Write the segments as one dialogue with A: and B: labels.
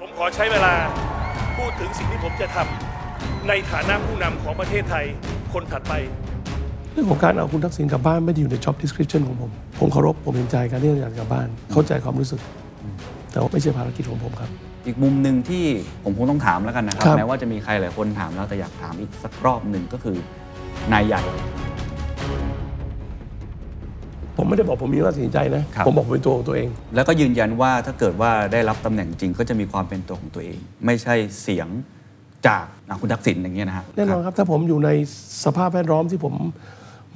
A: ผมขอใช้เวลาพูดถึงสิ่งที่ผมจะทำในฐานะผู้นำของประเทศไทยคนถัดไป
B: เรื่องของการเอาคุณทักษิณกลับบ้านไม่ได้อยู่ใน job description ของผม ผมเคารพผมเห็นใจการที่ท่านอยากกลับบ้าน เข้าใจความรู้สึก แต่ว่าไม่ใช่ภารกิจของผมครับ
C: อีกมุมหนึ่งที่ผมคงต้องถามแล้วกันนะครับ
B: ครับ
C: แม้ว่าจะมีใครหลายคนถามแล้วแต่อยากถามอีกสักรอบหนึ่งก็คือนายใหญ่
B: ผมไม่ได้บอกผมมีอำนาจตัดสินใจนะ
C: ครับ
B: ผมบอกผมเป็นตัวของตัวเอง
C: แล้วก็ยืนยันว่าถ้าเกิดว่าได้รับตำแหน่งจริงก็จะมีความเป็นตัวของตัวเอง ไม่ใช่เสียงจากอ่ะคุณทักษิณอย่างเงี้ยนะฮะ
B: แน่นอนครับถ้าผมอยู่ในสภาพแวดล้อมที่ผม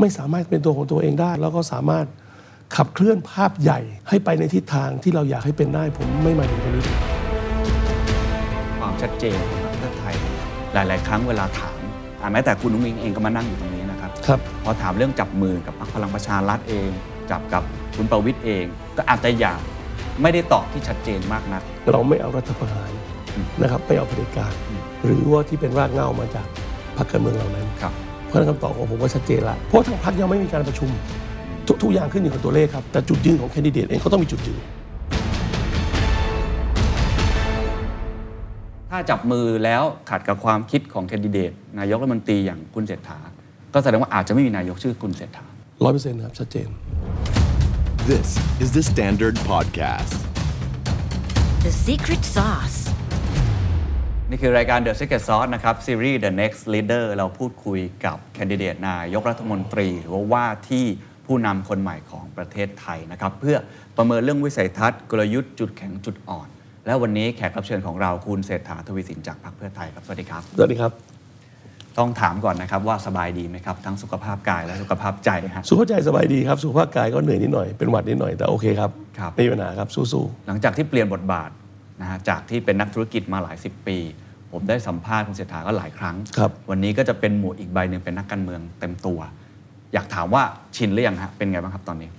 B: ไม่สามารถเป็นตัวของตัวเองได้ แล้วก็สามารถขับเคลื่อนภาพใหญ่ให้ไปในทิศทางที่เราอยากให้เป็นได้ผมไม่มาถึงตรงนี้
C: ความชัดเจนของประเทศไทย หลาย ๆ ครั้งเวลาถามอ่ะแม้แต่คุณนุ้งอิงเองก็มานั่งอยู่ตรงนี้นะครับ
B: ครับ
C: พอถามเรื่องจับมือกับพรรคพลังประชารัฐเอง จับกับคุณประวิทย์เอง ก็อาจจะอยากไม่ได้ตอบที่ชัดเจนมากนัก
B: เราไม่เอารัฐประหารนะครับไม่เอาเผด็จการ หรือว่าที่เป็นรากเหง้ามาจากพรรคการเมืองเหล่านั้น
C: ครับ
B: เพราะฉะนั้นคำตอบของผมก็ชัดเจนละเพราะทางพรรคยังไม่มีการประชุมทุกทุกอย่างขึ้นอยู่กับตัวเลขครับ แต่จุดยืนของแคนดิเดตเองเขาต้องมีจุดยืน
C: ถ้าจับมือแล้วขัดกับความคิดของแคนดิเดต นายกรัฐมนตรีอย่างคุณเศรษฐา ก็แสดงว่าอาจจะไม่มีนายกชื่อคุณเศรษฐา
B: ร้อยเปอร์เซ็นต์ครับชัดเจน
D: This is the Standard Podcast.
E: The secret sauce.
C: นี่คือรายการ The Secret Sauce นะครับ ซีรีส์ The Next Leader เราพูดคุยกับแคนดิเดตนายกรัฐมนตรี หรือว่าว่าที่ผู้นำคนใหม่ของประเทศไทยนะครับ เพื่อประเมินเรื่องวิสัยทัศน์ กลยุทธ์จุดแข็งจุดอ่อน และวันนี้แขกรับเชิญของเราคุณเศรษฐาทวีสินจากพรรคเพื่อไทยครับ สวัสดีครับ
B: สวัสดีครับ
C: ต้องถามก่อนนะครับว่าสบายดีไหมครับ ทั้งสุขภาพกายและสุขภาพใจฮะ
B: สุขภาพใจสบายดีครับสุขภาพกายก็เหนื่อยนิดหน่อยเป็นหวัดนิดหน่อยแต่โอเคครับ
C: ครับ
B: ไม่มีปัญหาครับสู้
C: หลังจากที่เปลี่ยนบทบาทนะฮะจากที่เป็นนักธุรกิจมาหลาย 10 ปี ผมได้สัมภาษณ์คุณเศรษฐาก็หลายครั้ง
B: ๆครับ
C: วันนี้ก็จะเป็นหมวดอีกใบหนึ่งเป็นนักการเมืองเต็มตัว อยากถามว่าชินหรือยังฮะเป็นไงบ้างครับตอนนี้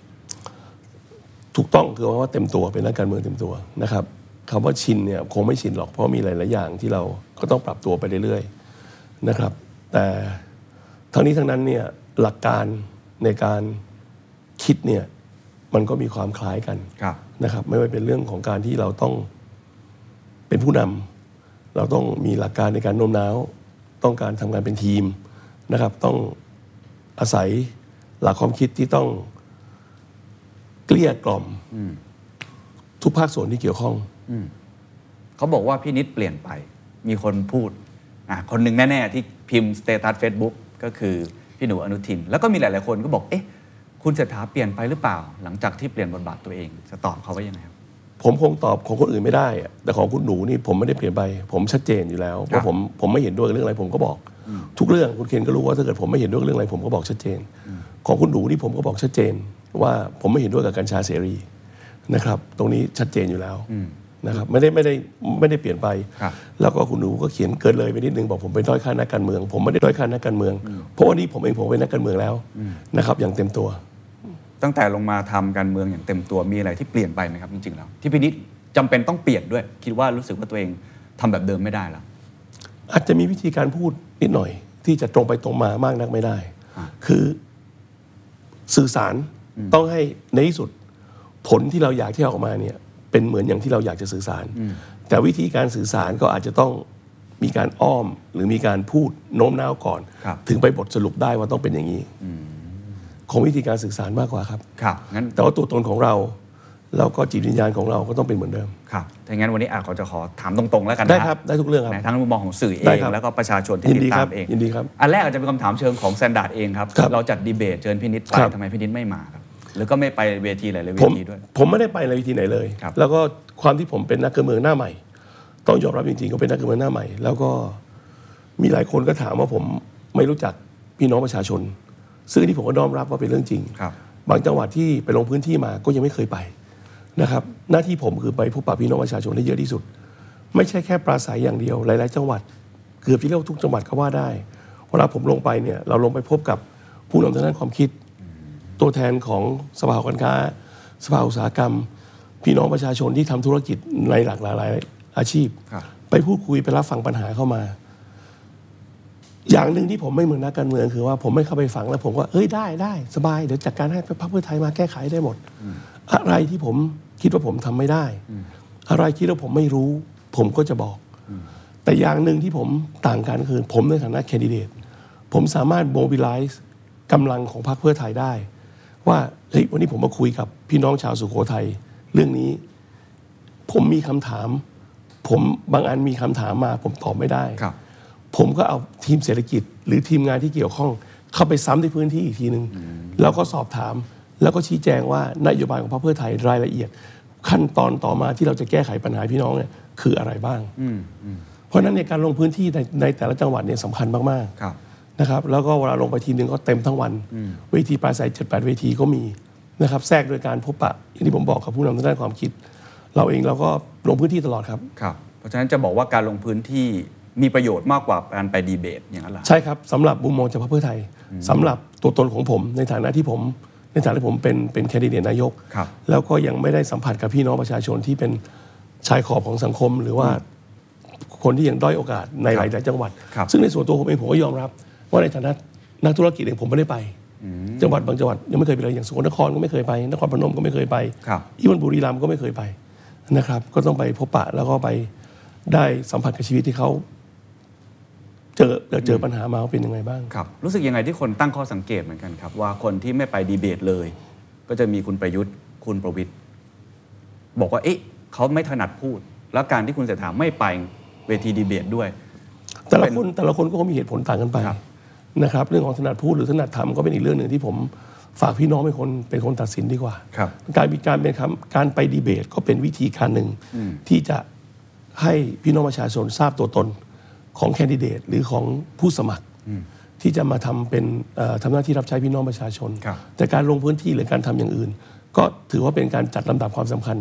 B: ถูกต้องคือว่าเต็มตัวเป็นนักการเมืองเต็มตัวนะครับคำว่าชินเนี่ยคงไม่ชินหรอกเพราะมีหลาย ๆ อย่างที่เราก็ต้องปรับตัวไปเรื่อย ๆ นะครับ แต่ทั้งนี้ทั้งนั้นเนี่ยหลักการในการคิดเนี่ยมันก็มีความคล้ายกัน
C: ครับ
B: นะครับ ไม่ว่าเป็นเรื่องของการที่เราต้องเป็นผู้นำเราต้องมีหลักการในการโน้มน้าว ต้องการทำงานเป็นทีมนะครับ ต้องอาศัยหลักความคิดที่ต้องเกลี้ยกล่อม ทุกภาคส่วนที่เกี่ยวข้อง
C: เขาบอกว่าพี่นิดเปลี่ยนไป มีคนพูดอ่ะคนหนึ่งแน่ ๆ ที่พิมพ์สเตตัส Facebook ก็คือพี่หนูอนุทิน แล้วก็มีหลาย ๆ คนก็บอก เอ๊ะ คุณเศรษฐาเปลี่ยนไปหรือเปล่า หลังจากที่เปลี่ยนบทบาทตัวเอง จะตอบเขาว่ายังไงครับ
B: ผมคงตอบของคนอื่นไม่ได้อะแต่ของคุณหนูนี่ผมไม่ได้เปลี่ยนไป ผมชัดเจนอยู่แล้ว
C: ครับ
B: ว่าผมผมไม่เห็นด้วยกับเรื่องอะไรผมก็บอก ทุกเรื่องคุณเคนก็รู้ว่าถ้าเกิดผมไม่เห็นด้วยกับเรื่องอะไรผมก็บอกชัดเจน ของคุณหนูนี่ผมก็บอกชัดเจน ว่าผมไม่เห็นด้วยกับกัญชาเสรีนะครับ ตรงนี้ชัดเจนอยู่แล้วนะครับไม่ได้ไม่ได้ไม่ได้เปลี่ยนไป
C: ครับ
B: แล้วก็คุณหนูก็เขียนเกินเลยไปนิดนึงบอกผมเป็นด้อยค่านักการเมือง ผมไม่ได้ด้อยค่านักการเมืองเพราะวันนี้ผมเองผมเป็นนักการเมืองแล้วนะครับอย่างเต็มตัว
C: ตั้งแต่ลงมาทำการเมืองอย่างเต็มตัวมีอะไรที่เปลี่ยนไปไหมครับจริงๆแล้วที่พี่นิดจำเป็นต้องเปลี่ยนด้วย คิดว่ารู้สึกว่าตัวเองทำแบบเดิมไม่ได้แล้ว
B: อาจจะมีวิธีการพูดนิดหน่อย ที่จะตรงไปตรงมามากนักไม่ได้ คือสื่อสารต้องให้ในที่สุดผลที่เราอยากที่ออกมาเนี่ยเป็นเหมือนอย่างที่เราอยากจะสื่อสาร แต่วิธีการสื่อสารก็อาจจะต้องมีการอ้อมหรือมีการพูดโน้มน้าวก่อน
C: ครับ
B: ถึงไปบทสรุปได้ว่าต้องเป็นอย่างนี้ของวิธีการสื่อสารมากกว่าครับ
C: ครับงั้น
B: แต่ว่าตัวตนของเราแล้วก็จิตวิญญาณของเราก็ต้องเป็นเหมือนเดิม
C: ครับถ้าอย่างนั้นวันนี้อาจจะขอถามตรงๆ แล้วกันนะ
B: ได้ครับได้ทุกเรื่องครับ
C: นะทั้งมุมมองของสื่อเอ
B: ได้
C: ง
B: ครับ
C: แล้วก็ประชาชนที่
B: ยิ
C: ติ
B: นดี
C: ดตา
B: ครั
C: ม
B: บ
C: เอง
B: ยินดีครับ
C: อันแรกอาจจะเป็นคำถามเชิงของแซนด์ดเองครับ
B: ครับ
C: เราจัดดีเบตเชิญพี่นิดไป
B: ครับ
C: ทำไมพี่นิดไม่มาครับ แล้วก็ไม่ไปเวทีหลายๆเว
B: ผม
C: ทีด้วย
B: ผมไม่ได้ไปในวิธีไหนเลย
C: ครับ
B: แล้วก็ความที่ผมเป็นนักการเมืองหน้าใหม่ ต้องยอมรับจริงๆก็เป็นนักการเมืองหน้าใหม่ แล้วก็มีหลายคนก็ถามว่าผมไม่รู้จักพี่น้องประชาชน ซึ่งอันนี่ผมก็น้อมรับว่าเป็นเรื่องจริง
C: ครับ
B: บางจังหวัดที่ไปลงพื้นที่มาก็ยังไม่เคยไปนะครับ หน้าที่ผมคือไปพบปะพี่น้องประชาชนให้เยอะที่สุด ไม่ใช่แค่ปราศัยอย่างเดียว หลาย ๆ จังหวัด เกือบจะเรียกว่าทุกจังหวัดก็ว่าได้เวลาผมลงไปเนี่ยเราลงไปพบกับผู้นำทางด้านความคิด ตัวแทนของสภาหอการค้า สภาอุตสาหกรรม พี่น้องประชาชนที่ทำธุรกิจในหลากหลายอาชีพ
C: ครับ
B: ไปพูดคุยไปรับฟังปัญหาเข้ามา อย่างหนึ่งที่ผมไม่เหมือนนักการเมืองคือว่าผมไม่เข้าไปฟังแล้วผมก็เอ้ยได้ได้สบายเดี๋ยวจัดการให้พรรคเพื่อไทยมาแก้ไขได้หมด อะไรที่ผมคิดว่าผมทำไม่ได้ อะไรคิดว่าผมไม่รู้ ผมก็จะบอก แต่อย่างหนึ่งที่ผมต่างกันคือ ผมในฐานะแคนดิเดต ผมสามารถโมบิลไลซ์กำลังของพรรคเพื่อไทยได้ ว่าเฮ้ยวันนี้ผมมาคุยกับพี่น้องชาวสุโขทัยเรื่องนี้ ผมมีคำถาม ผมบางอันมีคำถามมา ผมตอบไม่ได้
C: ครับ
B: ผมก็เอาทีมเศรษฐกิจ หรือทีมงานที่เกี่ยวข้อง เข้าไปซ้ำในพื้นที่อีกทีหนึ่งแล้วก็สอบถาม แล้วก็ชี้แจงว่านโยบายของพรรคเพื่อไทยรายละเอียด ขั้นตอนต่อมาที่เราจะแก้ไขปัญหาพี่น้องเนี่ยคืออะไรบ้าง เพราะฉะนั้นในยการลงพื้นที่ในในแต่ละจังหวัดเนี่ยสำคัญมาก
C: ครับ
B: ๆนะครับแล้วก็เวลาลงไปทีนึงก็เต็มทั้งวัน เวทีปราศัยเจ็ดแปดเวทีก็มีนะครับแทรกโดยการพบปะอย่างที่ผมบอกกับผู้นำทางด้านความคิด เราเองเราก็ลงพื้นที่ตลอดครับ
C: ครับ เพราะฉะนั้นจะบอกว่าการลงพื้นที่มีประโยชน์มากกว่าการไปดีเบตอย่างนั้นเหรอ
B: ใช่ครับสำหรับมุมมองจากพรรคเพื่อไทยสำหรับตัวตนของผมในฐานะที่ผม ในฐานะที่ผมเป็นเป็นแคนดิเดตนายก
C: ครับ
B: แล้วก็ยังไม่ได้สัมผัสกับพี่น้องประชาชนที่เป็นชายขอบของสังคม หรือว่าคนที่ยังด้อยโอกาสในหลายๆจังหวัด
C: ครับ
B: ซึ่งในส่วนตัวผมเองผมก็ยอมรับ ว่าในฐานะนักธุรกิจเองผมไม่ได้ไป จังหวัดบางจังหวัดยังไม่เคยไปเลยอย่างสุโขทัยนครก็ไม่เคยไป นครพนมก็ไม่เคยไป
C: ครับ
B: อีวันบุรีรัมย์ก็ไม่เคยไปนะครับ ก็ต้องไปพบปะแล้วก็ไปได้สัมผัสกับชีวิตที่เขา เจอเราเจอปัญหามาว่าเป็นยังไงบ้าง
C: ครับรู้สึกยังไงที่คนตั้งข้อสังเกตเหมือนกันครับ ว่าคนที่ไม่ไปดีเบตเลย ก็จะมีคุณประยุทธ์ คุณประวิทย์บอกว่าเอ๊ะเขาไม่ถนัดพูด แล้วการที่คุณเศรษฐาไม่ไปเวทีดีเบตด้วย
B: แต่ละคนแต่ละคนก็มีเหตุผลต่างกันไป
C: ครับ
B: นะครับ เรื่องของถนัดพูดหรือถนัดทำก็เป็นอีกเรื่องหนึ่งที่ผมฝากพี่น้องเป็นคนเป็นคนตัดสินดีกว่า
C: ครับ
B: การมีการเป็นคำการไปดีเบตก็เป็นวิธีการหนึ่งที่จะให้พี่น้องประชาชนทราบตัวตนของแคนดิเดตหรือของผู้สมัครที่จะมาทำเป็นเอ่อทำหน้าที่รับใช้พี่น้องประชาชน
C: ครับ
B: แต่การลงพื้นที่หรือการทำอย่างอื่น ก็ถือว่าเป็นการจัดลำดับความสำคัญ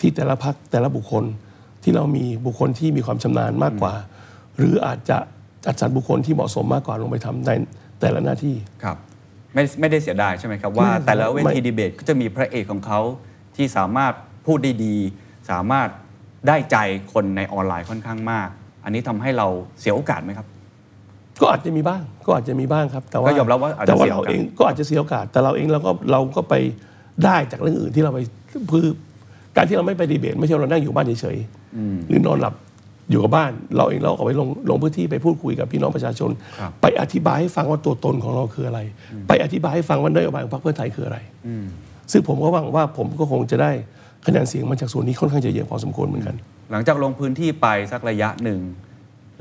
B: ที่แต่ละพักแต่ละบุคคลที่เรามีบุคคลที่มีความชำนาญมากกว่า หรืออาจจะจัดสรรบุคคลที่เหมาะสมมากกว่าลงไปทำในแต่ละหน้าที่
C: ครับไม่ไม่ได้เสียดายใช่ไหมครับ ว่า
B: ไม่
C: แต่ละเวที
B: ไม่
C: ดีเบตก็จะมีพระเอกของเขาที่สามารถพูดได้ดี สามารถได้ใจคนในออนไลน์ค่อนข้างมาก อันนี้ทำให้เราเสียโอกาสไหมครับ
B: ก็อาจจะมีบ้างก็อาจจะมีบ้างครับ แต่ว่า
C: ก็ยอมรับว่าอาจจะ
B: แต่ว่า
C: เสีย
B: เรา
C: โอกาส
B: เองก็อาจจะเสียโอกาส แต่เราเองเราก็เราก็ไปได้จากเรื่องอื่นที่เราไปคือการที่เราไม่ไปดีเบต ไม่ใช่เรานั่งอยู่บ้านเฉยๆหรือนอนหลับอยู่กับบ้าน เราเองเราก็ไปลงลงพื้นที่ไปพูดคุยกับพี่น้องประชาชน ไปอธิบายให้ฟังว่าตัวตนของเราคืออะไร ไปอธิบายให้ฟังว่านโยบายของพรรคเพื่อไทยคืออะไรซึ่งผมก็หวังว่าผมก็คงจะได้คะแนนเสียงมาจากส่วนนี้ค่อนข้างจะเยอะพอสมควรเหมือนกัน
C: หลังจากลงพื้นที่ไปสักระยะหนึ่ง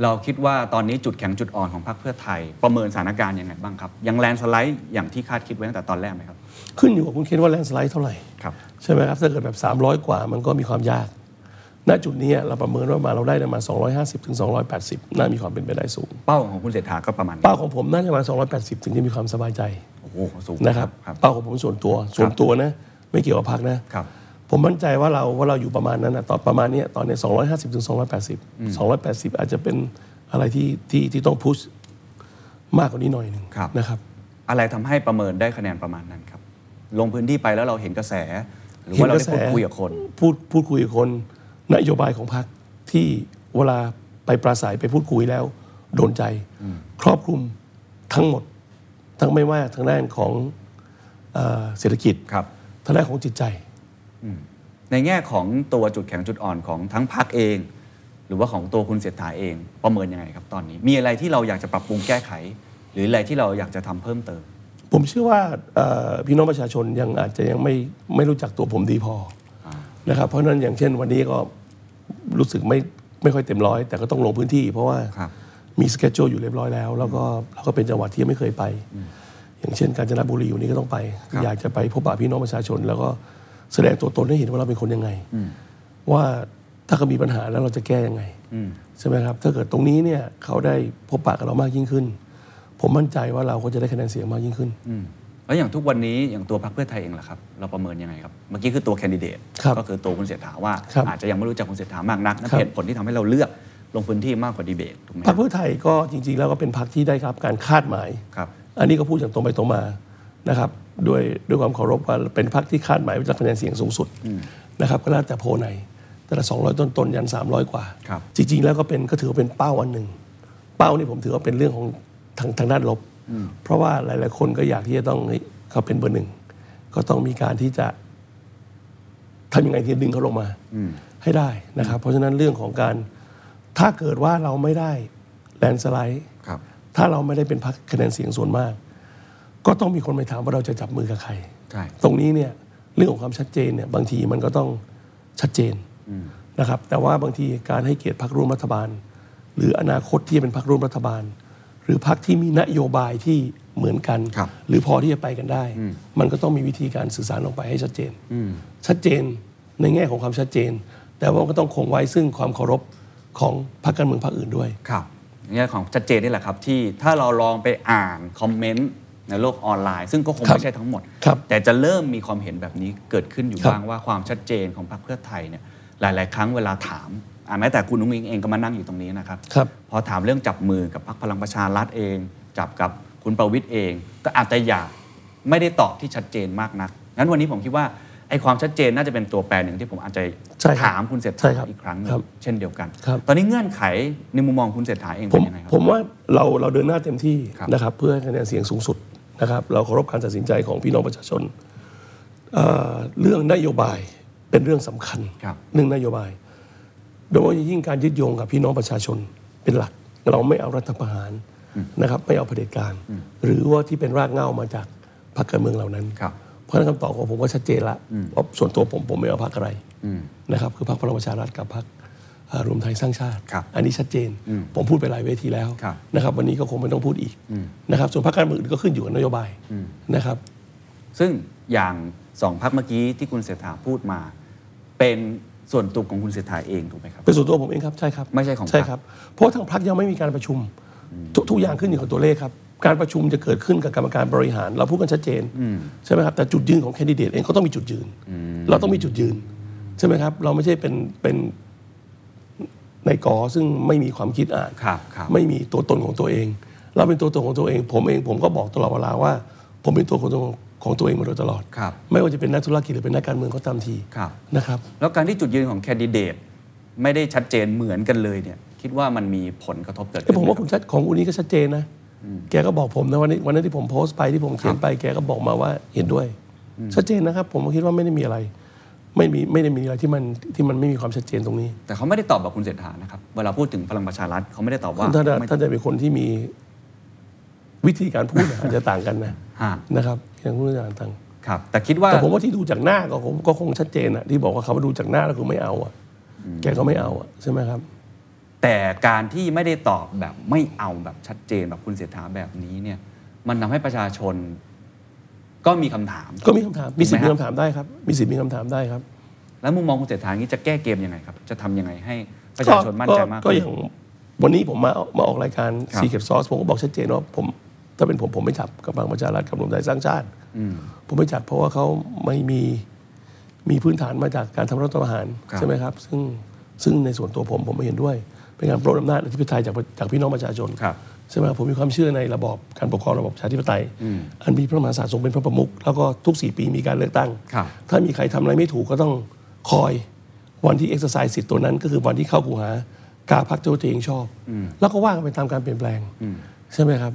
C: เราคิดว่าตอนนี้จุดแข็งจุดอ่อนของพรรคเพื่อไทย ประเมินสถานการณ์ยังไงบ้างครับ ยังแลนด์สไลด์อย่างที่คาดคิดไว้ตั้งแต่ตอนแรกไหมครับ
B: ขึ้นอยู่กับคุณคิดว่าแลนสไลด์เท่าไหร่
C: ครับ
B: ใช่ไหมครับ ถ้าเกิดแบบ 300 กว่ามันก็มีความยาก ณจุดนี้เราประเมินว่ามาเราได้ประมาณ 250 ถึง 280 น่ามีความเป็นไปได้สูง
C: เป้าของคุณเศรษฐาก็ประมาณนั้น
B: เป้าของผมน่าจะประมาณ 280 ถึงจะมีความสบายใจ
C: โอ้โหสูง
B: นะครับ
C: ครับ
B: เป้าของผมส่วนตัว ส่วนตัวนะ ไม่เกี่ยวกับพักนะ
C: ครับ
B: ผมมั่นใจว่าเราว่าเราอยู่ประมาณนั้นนะตอนประมาณเนี้ยตอนเนี้ย250 ถึง 280 280 อาจจะเป็นอะไรที่ที่ที่ต้องพุชมากกว่านี้หน่อยหนึ่ง
C: ครับ
B: นะครับ
C: อะไรทำให้ประเมินได้คะแนนประมาณนั้นครับ ลงพื้นที่ไปแล้วเราเห็นกระแส หรือว่าเราได้พูดคุยกับคน
B: พูดพูดคุยกับคนนโยบายของพรรคที่เวลาไปปราศัยไปพูดคุยแล้ว โดนใจ ครอบคลุมทั้งหมด ทั้งไม่ว่าทางด้านของเอ่อเศรษฐกิจ
C: ครับ
B: ทางด้านของจิตใจ
C: ในแง่ของตัวจุดแข็งจุดอ่อนของทั้งพรรคเอง หรือว่าของตัวคุณเศรษฐาเองประเมินยังไงครับตอนนี้ มีอะไรที่เราอยากจะปรับปรุงแก้ไข หรืออะไรที่เราอยากจะทำเพิ่มเติม
B: ผมเชื่อว่าเอ่อพี่น้องประชาชนยังอาจจะยังไม่ไม่รู้จักตัวผมดีพออนะครับเพราะฉะนั้นอย่างเช่นวันนี้ก็รู้สึกไม่ไม่ค่อยเต็มร้อย แต่ก็ต้องลงพื้นที่ เพราะว่า
C: ครับ
B: มีสเกจโจอยู่เรียบร้อยแล้ว แล้วก็แล้วก็เป็นจังหวัดที่ยังไม่เคยไป อย่างเช่น กาญจนบุรีอยู่นี้ก็ต้องไป
C: ครับ
B: อยากจะไปพบปะพี่น้องประชาชน แล้วก็แสดงตัวตนให้เห็นว่าเราเป็นคนยังไง ว่าถ้าเขามีปัญหาแล้วเราจะแก้ยังไงใช่ไหมครับ ถ้าเกิดตรงนี้เนี่ยเขาได้พบปะกับเรามากยิ่งขึ้น ผมมั่นใจว่าเราก็จะได้คะแนนเสียงมากยิ่งขึ้น
C: อืมแล้วอย่างทุกวันนี้อย่างตัวพรรคเพื่อไทยเองล่ะครับ เราประเมินยังไงครับ เมื่อกี้คือตัวแคนดิเดต
B: ครับ
C: ก็คือตัวคุณเศรษฐาว่า
B: ครับ
C: อาจจะยังไม่รู้จักคุณเศรษฐามากนักนั่น
B: ครับ
C: เหตุผลที่ทำให้เราเลือกลงพื้นที่มากกว่าดีเบตถูกไหม
B: พรรคเพื่อไทยก็จริง ๆ แล้วก็เป็นพรรคที่ได้รับการคาดหมาย
C: ครับ
B: อันนี้ก็พูดอย่างตรงไปตรงมานะครับด้วยด้วยความเคารพว่าเป็นพรรคที่คาดหมายว่าจะคะแนนเสียงสูงสุดนะครับก็แล้วแต่โพลไหน แต่ละ200 ต้นต้นๆยัน 300 กว่า
C: ครับ
B: จริง ๆ แล้วก็เป็นก็ถือว่าเป็นเป้าอันหนึ่ง เป้านี่ผมถือว่าเป็นเรื่องของทางทางด้านลบ เพราะว่าหลาย ๆ คนก็อยากที่จะต้องเฮ้ยเขาเป็นเบอร์หนึ่งก็ต้องมีการที่จะทำยังไงที่จะดึงเขาลงมา ให้ได้นะครับ เพราะฉะนั้นเรื่องของการถ้าเกิดว่าเราไม่ได้แลนสไลด์
C: ครับ
B: ถ้าเราไม่ได้เป็นพรรคคะแนนเสียงส่วนมาก ก็ต้องมีคนไปถามว่าเราจะจับมือกับใคร
C: ใช่
B: ตรงนี้เนี่ยเรื่องของความชัดเจนเนี่ยบางทีมันก็ต้องชัดเจนนะครับ แต่ว่าบางทีการให้เกียรติพรรคร่วมรัฐบาล หรืออนาคตที่จะเป็นพรรคร่วมรัฐบาล หรือพรรคที่มีนโยบายที่เหมือนกัน
C: ครับ
B: หรือพอที่จะไปกันได้ มันก็ต้องมีวิธีการสื่อสารออกไปให้ชัดเจนชัดเจนในแง่ของความชัดเจน แต่ว่าก็ต้องคงไว้ซึ่งความเคารพของพรรคการเมืองพรรคอื่นด้วย
C: ครับในแง่ของชัดเจนนี่แหละครับ ที่ถ้าเราลองไปอ่านคอมเมนต์ในโลกออนไลน์ ซึ่งก็คง
B: ครับ
C: ไม่ใช่ทั้งหมด
B: ครับ
C: แต่จะเริ่มมีความเห็นแบบนี้เกิดขึ้นอยู่
B: ครับ
C: บ้างว่าความชัดเจนของพรรคเพื่อไทยเนี่ยหลาย ๆ ครั้งเวลาถามอ่าแม้แต่คุณนุ้งอิงเองก็มานั่งอยู่ตรงนี้นะครับ
B: ครับ
C: พอถามเรื่องจับมือกับพรรคพลังประชารัฐเอง จับกับคุณประวิทย์เอง ก็อาจจะอยากไม่ได้ตอบที่ชัดเจนมากนักงั้นวันนี้ผมคิดว่าไอ้ความชัดเจนน่าจะเป็นตัวแปรหนึ่งที่ผมอาจจะ
B: ใช่ครับ
C: ถามคุณเศรษ
B: ใช่
C: ฐา
B: ครับ
C: อีกครั้งหนึ่
B: ครั
C: ง
B: บ
C: เช่นเดียวกัน
B: ครับ
C: ตอนนี้เงื่อนไขในมุมมองคุณเศรษฐาเอง
B: ผ
C: เป็
B: ม
C: นยังไงครั
B: ผมว่าเราเราเดินหน้าเต็มที่
C: ครับ
B: นะครับเพื่อให้คะแนนเสียงสูงสุดนะครับเราเคารพการตัดสินใจของพี่น้องประชาชนเอ่อเรื่องนโยบายเป็นเรื่องสำคัญ
C: ครับ
B: เรื่องนโยบาย โดยยิ่งการยึดโยงกับพี่น้องประชาชนเป็นหลัก เราไม่เอารัฐประหารนะครับไม่เอาเผด็จการ หรือว่าที่เป็นรากเหง้ามาจากพรรคการเมืองเหล่านั้น
C: ครับ
B: เพราะฉะนั้นคำตอบของผมก็ชัดเจนละว่าส่วนตัวผมผมไม่เอาพรรคอะไรนะครับคือพรรคพลังประชารัฐกับพรรคเอ่อรวมไทยสร้างชาติ
C: ครับ
B: อันนี้ชัดเจนผมพูดไปหลายเวทีแล้ว
C: ครับ
B: นะครับวันนี้ก็คงไม่ต้องพูดอีกนะครับส่วนพรรคการเมืองอื่นก็ขึ้นอยู่กับนโยบายนะครับ
C: ซึ่งอย่างสองพักเมื่อกี้ที่คุณเศรษฐาพูดมา เป็นส่วนตัวของคุณเศรษฐาเองถูกไหมครับ
B: เป็นส่วนตัวผมเองครับใช่ครับ
C: ไม่ใช่ของพรรค
B: ใช่ครับเพราะทางพรรคยังไม่มีการประชุมทกทุกอย่างขึ้นอยู่กับตัวเลขครับ การประชุมจะเกิดขึ้นกับกรรมการบริหาร เราพูดกันชัดเจนใช่ไหมครับแต่จุดยืนของแคนดิเดตเองก็ต้องมีจุดยืน เราต้องมีจุดยืนใช่ไหมครับเราไม่ใช่เป็นเป็นในกอซึ่งไม่มีความคิดอ่าน
C: ครับครับ
B: ไม่มีตัวตนของตัวเอง เราเป็นตัวตนของตัวเอง ผมเองผมก็บอกตลอดเวลาว่า ผมเป็นตัวของตัวของตัวเองมาโดยตลอด
C: ครับ
B: ไม่ว่าจะเป็นนักธุรกิจหรือเป็นนักการเมืองก็ตามที
C: ครับ
B: นะครับ
C: แล้วการที่จุดยืนของแคนดิเดตไม่ได้ชัดเจนเหมือนกันเลยเนี่ยคิดว่ามันมีผลกระทบเกิด
B: เอ้
C: ขึ้
B: ย
C: น
B: ผมว่า
C: ไห
B: คุณ
C: รับ
B: ชัดของคุณนี้ก็ชัดเจนนะ แกก็บอกผมนะวันนี้วันนั้นที่ผมโพสต์ไปที่ผมเขียนไปแกก็บอกมาว่าเห็นด้วย ชัดเจนนะครับ ผมก็คิดว่าไม่ได้มีอะไร ไม่มีไม่ได้มีอะไรที่มันที่มันไม่มีความชัดเจนตรงนี้
C: แต่เขาไม่ได้ตอบแบบคุณเศรษฐานะครับ เวลาพูดถึงพลังประชารัฐเขาไม่ได้ตอบว่า
B: ท่านจะ
C: ไม่
B: ท่านจะเป็นคนที่มีวิธีการพู ดเนี่ย อาจจะต่างกันนะ
C: ฮะ
B: นะครับอย่างพูดอย่างต่าง
C: ครับ แต่คิดว่า
B: แต่ผมว่าที่ดูจากหน้าก็ผมก็คงชัดเจนอะที่บอกว่าเขาว่าดูจากหน้าแล้วคือไม่เอาอะแกก็ไม่เอาอะใช่ไหมครับ
C: แต่การที่ไม่ได้ตอบแบบไม่เอาแบบชัดเจนแบบคุณเศรษฐาแบบนี้เนี่ย มันทำให้ประชาชนก็มีคำถาม
B: ก็มีคำถามมีสิทธิ์
C: ถู
B: มี
C: กไหมครับ
B: คำถามได้ครับ มีสิทธิ์มีคำถามได้ครับ
C: แล้วมุมมองคุณเศรษฐานี้จะแก้เกมยังไงครับ จะทำยังไงให้ประชาชนมั่นใจมาก
B: ก็
C: ขึ้น
B: อย่างวันนี้ผมมามาออกรายการ
C: ครับ
B: Secret Sauce ผมก็บอกชัดเจนว่าผมถ้าเป็นผมผมไม่จับกับพลังประชารัฐกับรวมไทยสร้างชาติผมไม่จับเพราะว่าเขาไม่มีมีพื้นฐานมาจากการทำรัฐประหาร
C: ครับ
B: ใช่ไหมครับ ซึ่งซึ่งในส่วนตัวผมผมไม่เห็นด้วย เป็นการปลดอำนาจอธิปไตยจากจากพี่น้องประชาชน
C: ครับ
B: ใช่ไหมครับผมมีความเชื่อในระบอบการปกครองระบอบประชาธิปไตย อันมีพระมหากษัตริย์ทรงเป็นพระประมุขแล้วก็ทุก 4 ปีมีการเลือกตั้ง
C: ครับ
B: ถ้ามีใครทำอะไรไม่ถูกก็ต้องคอยวันที่เอ็กซ์ไซส์สิทธิ์ตัวนั้น ก็คือวันที่เข้ากูหากาพักตัวเองชอบ แล้วก็ว่ากันไปตามการเปลี่ยนแปลงใช่ไหมครับ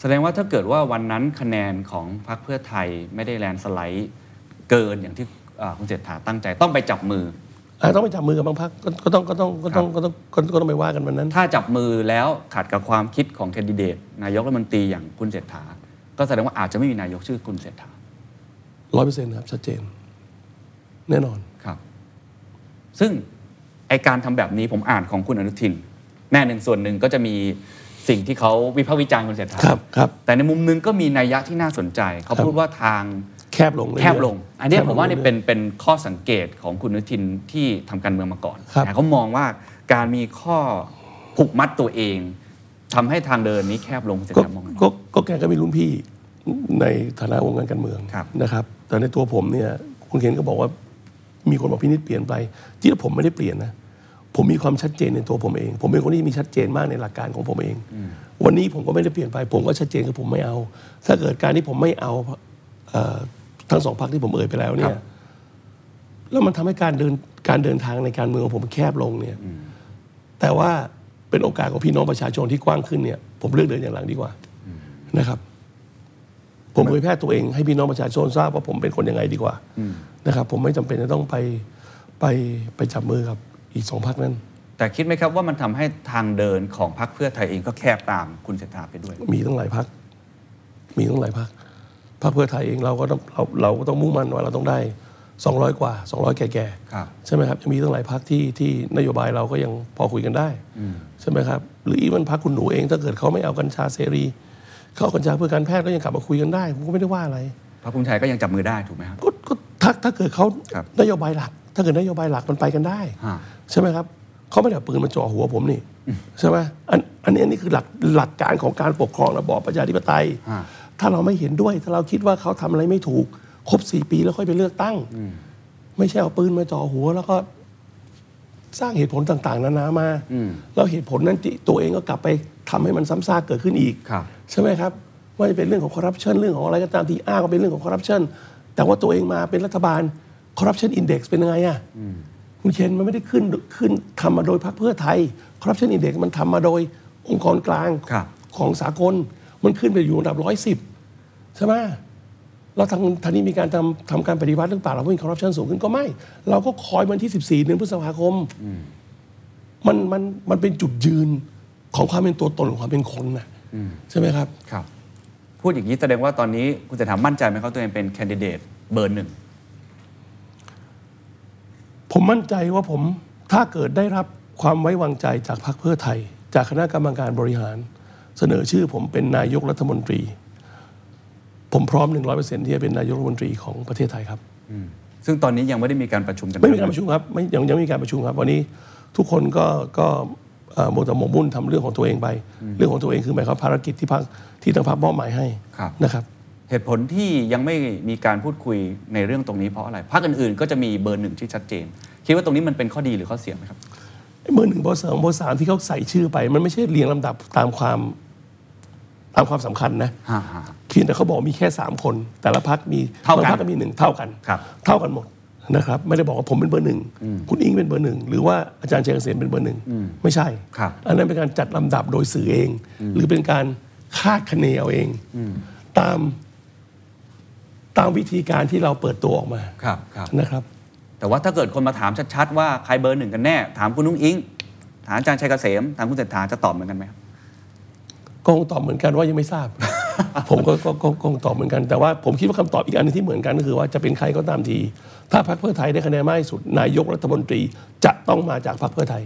C: แสดงว่าถ้าเกิดว่าวันนั้นคะแนนของพรรคเพื่อไทยไม่ได้แลนด์สไลด์เกินอย่างที่อ่าคุณเศรษฐาตั้งใจต้องไปจับมือ
B: อ่ะต้องไปจับมือกับบางพักก็ต้องก็ต้องก็ต้องก็ต้องก็ต้องก็ต้องไปว่ากันวันนั้น
C: ถ้าจับมือแล้วขัดกับความคิดของแคนดิเดต นายกรัฐมนตรีอย่างคุณเศรษฐา ก็แสดงว่าอาจจะไม่มีนายกชื่อคุณเศรษฐา
B: ร้อยเปอร์เซ็นต์ครับชัดเจน แน่นอน
C: ครับ ซึ่งไอการทำแบบนี้ผมอ่านของคุณอนุทิน แน่หนึ่งส่วนหนึ่งก็จะมีสิ่งที่เขาวิพากษ์วิจารณ์คุณเศรษฐา
B: ครับครับ
C: แต่ในมุมนึงก็มีนัยยะที่น่าสนใจ เขาพูดว่าทาง
B: แคบลงเลย
C: แคบลง อันเนี้ย
B: แคบ
C: ผมว่าเนี่ย
B: รื่อยๆ
C: เป็นเป็นข้อสังเกตของคุณอนุทินที่ทำการเมืองมาก่อน
B: ครับ
C: แต่เขามองว่าการมีข้อผูกมัดตัวเองทำให้ทางเดินนี้แคบลงคุณเศรษ
B: ก็
C: ฐามองไง
B: ก็ก็แกก็เป็นรุ่นพี่ในฐานะวงการการเมือง
C: ครับ
B: นะครับ แต่ในตัวผมเนี่ยคุณเคนก็บอกว่ามีคนบอกพี่นิดเปลี่ยนไปจริงๆแล้วผมไม่ได้เปลี่ยนนะผมมีความชัดเจนในตัวผมเอง ผมเป็นคนที่มีชัดเจนมากในหลักการของผมเอง วันนี้ผมก็ไม่ได้เปลี่ยนไป ผมก็ชัดเจนคือผมไม่เอา ถ้าเกิดการที่ผมไม่เอาเอ่อทั้งสองพรรคที่ผมเอ่ยไปแล้วเนี่ยแล้วมันทำให้การเดินการเดินทางในการเมืองของผมแคบลงเนี่ย แต่ว่าเป็นโอกาสของพี่น้องประชาชนที่กว้างขึ้นเนี่ยผมเลือกเดินอย่างหลังดีกว่านะครับ ผมเผยแพร่ตัวเองให้พี่น้องประชาชนทราบว่าผมเป็นคนยังไงดีกว่านะครับ ผมไม่จำเป็นจะต้องไป ไปไปจับมือกับอีกสองพักนั้น
C: แต่คิดไหมครับว่ามันทำให้ทางเดินของพรรคเพื่อไทยเองก็แคบตามคุณเศรษฐาไปด้วย
B: มีตั้งหลายพัก มีตั้งหลายพักพรรคเพื่อไทยเองเราก็ต้องเราเราก็ต้องมุ่งมั่นว่าเราต้องได้ 200 กว่า 200 แก่
C: ครับ
B: ๆใช่ไหมครับยังมีตั้งหลายพักที่ที่นโยบายเราก็ยังพอคุยกันได้ใช่ไหมครับ หรืออีวันพักคุณหนูเองถ้าเกิดเขาไม่เอากัญชาเสรีเขาเอากัญชาเพื่อการแพทย์ก็ยังกลับมาคุยกันได้ผมก็ไม่ได้ว่าอะไร
C: พรรคภูมิใจก็ยังจับมือได้ถูกไหมครับ
B: ก็ก็ถ้าถ้าเกิดเขา
C: ครับ
B: นโยบายหลัก ถ้าเกิดนโยบายหลักมันไปกันได้
C: ฮะ
B: ใช่ไหมครับเขาไม่ได้เอาปืนมาจ่อหัวผมนี่ใช่ไหมอันอันนี้อันนี้คือหลักหลักการของการปกครองระบอบประชาธิปไตย ถ้าเราไม่เห็นด้วย ถ้าเราคิดว่าเขาทำอะไรไม่ถูก ครบสี่ปีแล้วค่อยไปเลือกตั้ง ไม่ใช่เอาปืนมาจ่อหัว แล้วก็สร้างเหตุผลต่าง ๆ นานามาแล้วเหตุผลนั้นที่ตัวเองก็กลับไปทำให้มันซ้ำซากเกิดขึ้นอีก
C: ครับ
B: ใช่ไหมครับ ว่าจะเป็นเรื่องของคอร์รัปชันเรื่องของอะไรก็ตามที่อ้างว่าเป็นเรื่องของคอร์รัปชันแต่ว่าตัวเองมาเป็นรัฐบาลคอร์รัปชันอินเด็กซ์เป็นยังไงอ่ะคุณเชนมันไม่ได้ขึ้นขึ้นทำมาโดยพรรคเพื่อไทยคอร์รัปชันอินเด็กซ์มันทำมาโดยองค์กรกลาง
C: ครับ
B: ของสากล มันขึ้นไปอยู่อันดับร้อยสิบใช่ไหมแล้วทางทางนี้มีการทำทำการปฏิวัติเรื่องป่าบเราเพื่อคอร์รัปชันสูงขึ้นก็ไม่ เราก็คอยวันที่ 14เดือนพฤษภาคม มันมันมันเป็นจุดยืนของความเป็นตัวตนของความเป็นคนนะใช่ไหมครับ
C: ครับ พูดอย่างนี้แสดงว่าตอนนี้คุณเศรษฐามั่นใจไหมครับตัวเองเป็นแคนดิเดตเบอร์หนึ่ง
B: ผมมั่นใจว่าผมถ้าเกิดได้รับความไว้วางใจจากพรรคเพื่อไทย จากคณะกรรมการบริหาร เสนอชื่อผมเป็นนายกรัฐมนตรี ผมพร้อม 100%ที่จะเป็นนายกรัฐมนตรีของประเทศไทยครับ
C: ซึ่งตอนนี้ยังไม่ได้มีการประชุมกัน
B: ไม่มีการประชุมครับไม่ยังยังไม่มีการประชุมครับ วันนี้ทุกคนก็ก็เอ่อมัวแต่หมกมุ่นทำเรื่องของตัวเองไป เรื่องของตัวเองคือหมายความภารกิจที่พักที่ทางพรรคมอบหมายให้
C: ครับ
B: นะครับ
C: เหตุผลที่ยังไม่มีการพูดคุยในเรื่องตรงนี้เพราะอะไรพรรคอื่นๆ ก็จะมีเบอร์หนึ่งที่ชัดเจน คิดว่าตรงนี้มันเป็นข้อดีหรือข้อเสียไหมครับ
B: ไอ้เบอร์หนึ่งเบอร์สองเบอร์สามที่เขาใส่ชื่อไป มันไม่ใช่เรียงลำดับตามความตามความสำคัญนะ
C: อ่าฮะ
B: เพียงแต่เขาบอกมีแค่สามคน แต่ละพักมี
C: เท่ากั
B: บ
C: น
B: งพรรคก็มีหนึ่งเท่ากัน
C: ครับ
B: เท่ากันหมดนะครับ ไม่ได้บอกว่าผมเป็นเบอร์หนึ่งคุณอิงเป็นเบอร์หนึ่งหรือว่าอาจารย์เชยเกษมเป็นเบอร์หนึ่งไม่ใช่
C: ครับ
B: อันนั้นเป็นการจัดลำดับโดยสื่อเอง หรือเป็นการคาดคะเนเอาเองตามตามวิธีการที่เราเปิดตัวออกมา
C: ครับครับ
B: นะครับ
C: แต่ว่าถ้าเกิดคนมาถามชัดๆ ว่าใครเบอร์หนึ่งกันแน่ ถามคุณนุ้งอิง ถามอาจารย์ชัยเกษม ถามคุณเศรษฐาจะตอบเหมือนกันไหมครับ
B: ก็คงตอบเหมือนกันว่ายังไม่ทราบ ผมก็ก็ก็ก็คงตอบเหมือนกันแต่ว่าผมคิดว่าคำตอบอีกอันหนงที่เหมือนกันก็คือว่าจะเป็นใครก็ตามที ถ้าพรรคเพื่อไทยได้คะแนนมากที่สุดนายกรัฐมนตรีจะต้องมาจากพรรคเพื่อไทย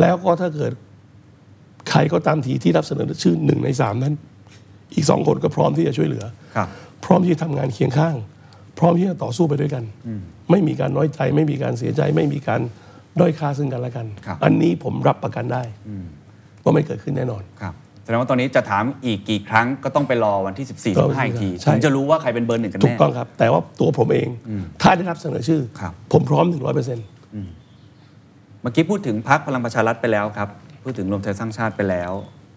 B: แล้วก็ถ้าเกิดใครก็ตามทีที่รับเสนอชื่อหนึ่งในสามนั้น อีกสองคนก็พร้อมที่จะช่วยเหลือ
C: ครับ
B: พร้อมที่จะทำงานเคียงข้าง พร้อมที่จะต่อสู้ไปด้วยกัน ไม่มีการน้อยใจ ไม่มีการเสียใจ ไม่มีการด้อยค่าซึ่งกันและกัน
C: ครับ
B: อันนี้ผมรับประกันได้ว่าไม่เกิดขึ้นแน่นอน
C: ครับแสดงว่าตอนนี้จะถามอีกกี่ครั้งก็ต้องไปรอวันที่ 14บสี่
B: ร
C: สิ
B: อบ
C: ห้าอีกที
B: ใช่
C: ถึงจะรู้ว่าใครเป็นเบอร์หนึ่งกัน
B: ถูก
C: แน่
B: ต้องครับ แต่ว่าตัวผมเอง ถ้าได้รับเสนอชื่อ
C: ครับ
B: ผมพร้อม 100%เปอร์เซ็นต์
C: เมื่อกี้พูดถึงพักพลังประชารัฐไปแล้วครับ พูดถึงรวมไทยสร้างชาติไปแล้ว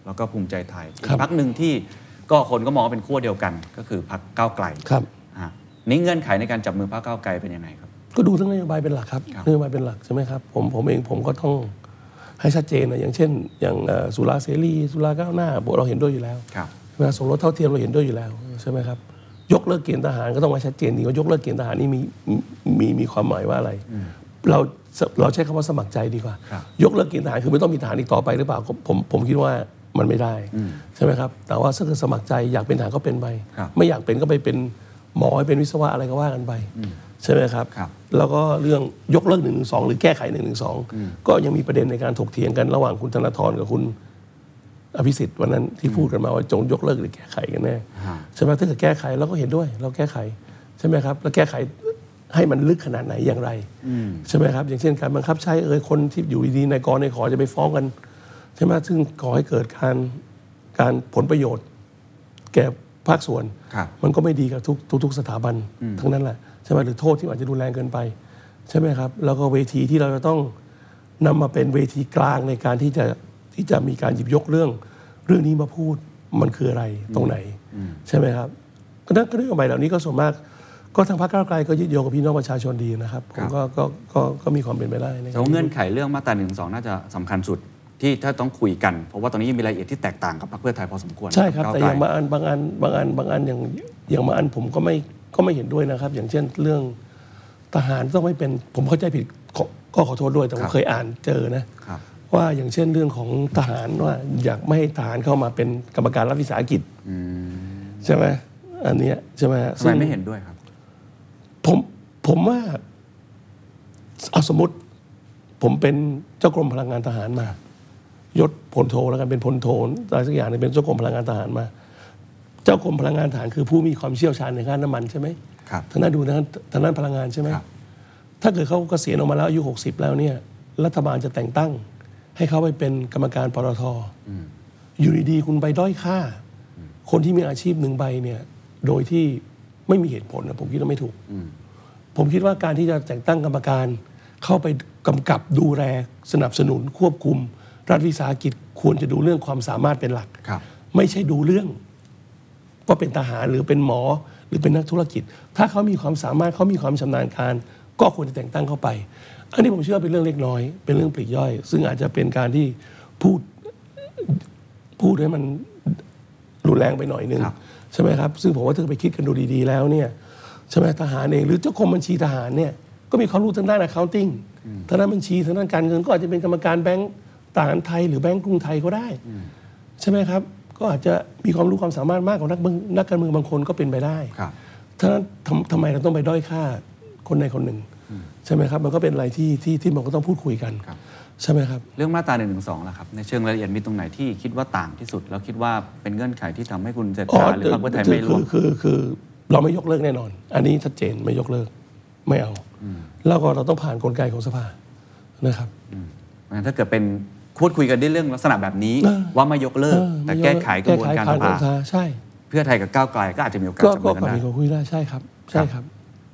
C: แล้วก็ภูมิใจไทยอีกพักหนึ่งที่ก็คนก็มองว่าเป็นขั้วเดียวกัน ก็คือพักก้าวไกล
B: ครับ
C: อ่ะนี่เงื่อนไขในการจับมือพักก้าวไกลเป็นยังไงครับ
B: ก็ดูทั้งนโยบายเป็นหลักครับ
C: ครับ
B: นโยบายเป็นหลักใช่ไหมครับผมผมเองผมก็ต้องให้ชัดเจนนะอย่างเช่น อย่างเอ่อสุราเสรีสุราก้าวหน้าเราเห็นด้วยอยู่แล้ว
C: ครับ
B: เวลาสมรสเท่าเทียมเราเห็นด้วยอยู่แล้วใช่ไหมครับยกเลิกเกณฑ์ทหารก็ต้องมาชัดเจนดีว่ายกเลิกเกณฑ์ทหารนี่มีมีมีมีความหมายว่าอะไร เราเราใช้คำว่าสมัครใจดีกว่า
C: ครับ
B: ยกเลิกเกณฑ์ทหารคือไม่ต้องมีทหารอีกต่อไปหรือเปล่าผมผมผมคิดว่ามันไม่ได้ใช่ไหมครับแต่ว่าถ้าเกิดสมัครใจอยากเป็นทหารก็เป็นไป
C: ครับ
B: ไม่อยากเป็นก็ไปเป็นหมอให้เป็นวิศวะอะไรก็ว่ากันไป ใช่ไหมครับ
C: ครับ
B: แล้วก็เรื่องยกเลิกหนึ่งสองหรือแก้ไขหนึ่งสองก็ยังมีประเด็นในการถกเถียงกันระหว่างคุณธนาธรกับคุณอภิสิทธิ์วันนั้นที่พูดกันมาว่าจงยกเลิกหรือแก้ไขกันแน่ใช่ไหมถ้าเกิดแก้ไขเราก็เห็นด้วย เราแก้ไขใช่ไหมครับแล้วแก้ไขให้มันลึกขนาดไหนอย่างไรใช่ไหมครับ อย่างเช่นการบังคับใช้เอ่ยคนที่อยู่ดีๆในกรในขอจะไปฟ้องกันใช่ไหมซึ่งก่อให้เกิดการการผลประโยชน์ แก่ภาคส่วน
C: ครับ
B: มันก็ไม่ดีกับทุกทุกทุกสถาบันทั้งนั้นแหละใช่ไหมหรือโทษที่อาจจะรุนแรงเกินไป ใช่ไหมครับ แล้วก็เวทีที่เราจะต้องนำมาเป็นเวทีกลางในการที่จะที่จะมีการหยิบยกเรื่องเรื่องนี้มาพูดมันคืออะไรตรงไหน ใช่ไหมครับก็นั่นก็เรื่องใหม่เหล่านี้ก็ส่วนมาก ก็ทางพรรคก้าวไกลก็ยึดโยงกับพี่น้องประชาชนดีนะครับผ
C: ครั
B: ม
C: บ
B: ก็ก็ก็ก็มีความเป็นไปได้ใ
C: แต่ว่าเงื่อนไขเรื่องมาตราหนึ่งสองน่าจะสำคัญสุดที่ถ้าต้องคุยกัน เพราะว่าตอนนี้ยังมีรายละเอียดที่แตกต่างกับพรรคเพื่อไทยพอสมควร
B: ใช่ครับ
C: กั
B: แต่
C: ก้ว
B: อ
C: ไกล
B: ย่างบางอันบางอันบางอันบางอันอย่างอย่างบางอันผมก็ไม่ก็ไม่เห็นด้วยนะครับ อย่างเช่นเรื่อง ทหารต้องไม่เป็นผมเข้าใจผิดขอก็ขอโทษด้วยแต่ผ
C: ครั
B: ม
C: บ
B: เคยอ่านเจอนะครับ ว่าอย่างเช่นเรื่องของทหารว่าอยากไม่ให้ทหารเข้ามาเป็นกรรมการรัฐวิสาหกิจใช่ไหมอันเนี้ยใช่ไหม
C: ทำ
B: ซึ่
C: ไม
B: ง
C: ไม่เห็นด้วยครับ
B: ผมผมว่าเอาสมมติ ผมเป็นเจ้ากรมพลังงานทหารมา ยศพลโทแล้วกันเป็นพลโทอะไรสักอย่างหนึงเป็นเจ้ากรมพลังงานทหารมา เจ้ากรมพลังงานทหารคือผู้มีความเชี่ยวชาญในด้านน้ำมันใช่ไหม
C: ครับ
B: ทางด้านดูทางด้านทางด้านพลังงานใช่ไหม
C: ครับ
B: ถ้าเกิดเขาเกษียณออกมาแล้วอายุ60 แล้วเนี่ย รัฐบาลจะแต่งตั้ง ให้เขาไปเป็นกรรมการปตทอยู่ดีๆคุณไปด้อยค่า คนที่มีอาชีพหนึ่งใบเนี่ย โดยที่ไม่มีเหตุผลนะผมคิดว่าไม่ถูก ผมคิดว่าการที่จะแต่งตั้งกรรมการ เข้าไปกำกับดูแลสนับสนุนควบคุม รัฐวิสาหกิจควรจะดูเรื่องความสามารถเป็นหลัก
C: ครับ
B: ไม่ใช่ดูเรื่องว่าเป็นทหารหรือเป็นหมอหรือเป็นนักธุรกิจ ถ้าเขามีความสามารถเขามีความชำนาญการ ก็ควรจะแต่งตั้งเข้าไป อันนี้ผมเชื่อว่าเป็นเรื่องเล็กน้อย เป็นเรื่องปลีกย่อย ซึ่งอาจจะเป็นการที่พูดพูดให้มัน รุนแรงไปหน่อยนึง
C: ครับ
B: ใช่ไหมครับ ซึ่งผมว่าถ้าไปคิดกันดูดีๆแล้วเนี่ยใช่ไหมทหารเองหรือเจ้ากรมบัญชีทหารเนี่ยก็มีความรู้ทางด้าน accounting ทางด้านบัญชีทางด้านการเงินก็อาจจะเป็นกรรมการแบงก์ต่างไทย หรือแบงก์กรุงไทยก็ได้ ใช่ไหมครับ ก็อาจจะมีความรู้ความสามารถมากกว่านักเมืองนักการเมืองบางคนก็เป็นไปได้
C: ครับ
B: ท่านั้นทำทำไมเราต้องไปด้อยค่าคนใดคนหนึ่ง ใช่ไหมครับ มันก็เป็นอะไรที่ที่ที่มันก็ต้องพูดคุยกัน
C: ครับ
B: ใช่ไหมครับ
C: เรื่องมาตรา1นึล่ะครับ ในเชิงรายละเอียดมีตรงไหนที่คิดว่าต่างที่สุด แล้วคิดว่าเป็นเงื่อนไขที่ทำให้คุณเศรษฐาหรือพรรคเพื่อไทยไม่ร่วม
B: คือคือคือเราไม่ยกเลิกแน่นอน อันนี้ชัดเจนไม่ยกเลิกไม่เอา แล้วก็เราต้องผ่านกลไกของสภานะครับ
C: งั้นถ้าเกิดเป็นพูดคุยกันได้เรื่องลักษณะแบบนี้
B: เออ
C: ว่าไม่ยกเลิก
B: เออ
C: แต่
B: ไม่ย
C: แก้ไขกระบวนการส
B: แไขผ่น
C: ภา
B: สภใช่
C: เพื่อไทยกับก้าวไกลก็อาจจะมีโอกาส
B: ก็
C: จับ
B: ก็
C: มือกัน
B: ฝ่า
C: ได้
B: ยของคุยได้ใช่ครับ ใช่ครับ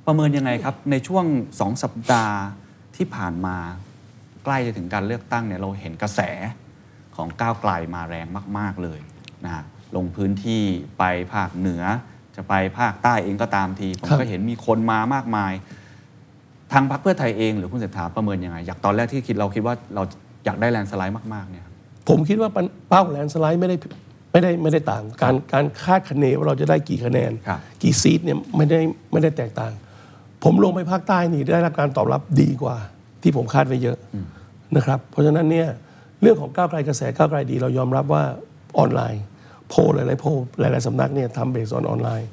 C: ประเมินยังไงครับ ในช่วง 2 สัปดาห์ที่ผ่านมา ใกล้จะถึงการเลือกตั้งเนี่ยเราเห็นกระแสของก้าวไกลมาแรงมาก ๆ เลยนะฮะลงพื้นที่ไปภาคเหนือ จะไปภาคใต้เองก็ตามที ผม
B: ครับ
C: ก็เห็นมีคนมามากมาย ทางพรรคเพื่อไทยเองหรือคุณเศรษฐาประเมินยังไงอยากตอนแรกที่คิดเราคิดว่าเราอยากได้แลนด์สไลด์มากๆเนี่ยครับ
B: ผมคิดว่าปัญเป้าแลนด์สไลด์ไม่ได้ไม่ได้ไม่ได้ต่าง การการคาดคะเนว่าเราจะได้กี่คะแนน
C: ครับ
B: กี่ซีทเนี่ยไม่ได้ไม่ได้แตกต่าง ผมลงไปภาคใต้นี่ได้รับการตอบรับดีกว่า ที่ผมคาดไว้เยอะนะครับ เพราะฉะนั้นเนี่ยเรื่องของก้าวไกลกระแสก้าวไกลดีเรายอมรับว่าออนไลน์ โพลหลายๆโพลหลายๆสำนักเนี่ยทำเบสออนออนไลน์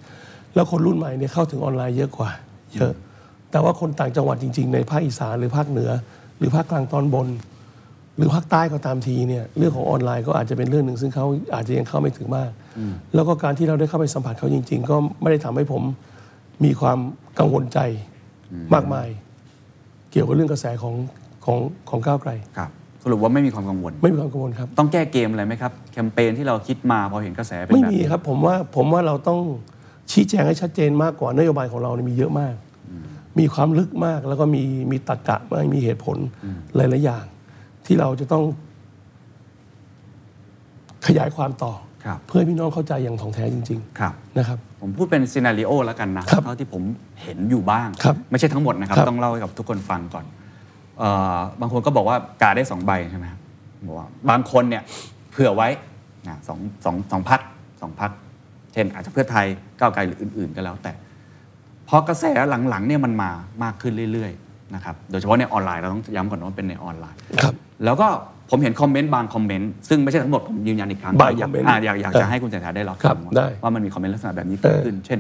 B: แล้วคนรุ่นใหม่เนี่ยเข้าถึงออนไลน์เยอะกว่า เยอะ แต่ว่าคนต่างจังหวัดจริง ๆ ในภาคอีสานหรือภาคเหนือ หรือภาคกลางตอนบน หรือภาคใต้ก็ตามทีเนี่ยเรื่องของออนไลน์ก็อาจจะเป็นเรื่องหนึ่งซึ่งเขาอาจจะยังเข้าไม่ถึงมาก แล้วก็การที่เราได้เข้าไปสัมผัสเขาจริง ๆ ก็ไม่ได้ทำให้ผมมีความกังวลใจมากมาย เกี่ยวกับเรื่องกระแสของของของก้าวไกล
C: ครับสรุปว่าไม่มีความกังวล
B: ไม่มีความกังวลครับ
C: ต้องแก้เกมอะไรไหมครับแคมเปญที่เราคิดมาพอเห็นกระแสเป็น
B: ไม่
C: แบบ
B: มี
C: นี้
B: ครับผมว่าผมว่าเราต้องชี้แจงให้ชัดเจนมากกว่านโยบายของเรานี่มีเยอะมาก มีความลึกมากแล้วก็มีมีตรรกะมากมีเหตุผลหลาย ๆ อย่าง ที่เราจะต้องขยายความต่อ
C: ครับ
B: เพื่อให้พี่น้องเข้าใจอย่างถ่องแท้จริง
C: ครับ
B: ๆ นะครับ
C: ผมพูดเป็นซีนารีโอแล้วกันนะครับ เท่าที่ผมเห็นอยู่บ้าง
B: ครับ
C: ไม่ใช่ทั้งหมดนะครับ
B: ครับ
C: ต้องเล่าให้กับทุกคนฟังก่อนเออบางคนก็บอกว่ากาได้สองใบใช่ไหมครับบอกว่าบางคนเนี่ยเผื่อไว้นะสองสองสองพักสองพัก เช่นอาจจะเพื่อไทยก้าวไกลหรืออื่น ๆ ก็แล้วแต่ พอกระแสหลังๆเนี่ยมันมามากขึ้นเรื่อยๆนะครับโดยเฉพาะในออนไลน์เราต้องย้ำก่อนว่าเป็นในออนไลน์
B: ครับ
C: แล้วก็ผมเห็นคอมเมนต์บางคอมเมนต์ซึ่งไม่ใช่ทั้งหมดผมยืนยันอีกครั้ง
B: บาง
C: อยาก
B: comment
C: อ่ะอยากอยากจะให้คุณเศรษฐาได้รับ
B: ครับ
C: ฟังว่า
B: ได้
C: ว่ามันมีคอมเมนต์ลักษณะแบบนี้
B: เอ
C: เกิด
B: อ
C: ขึ้น เช่น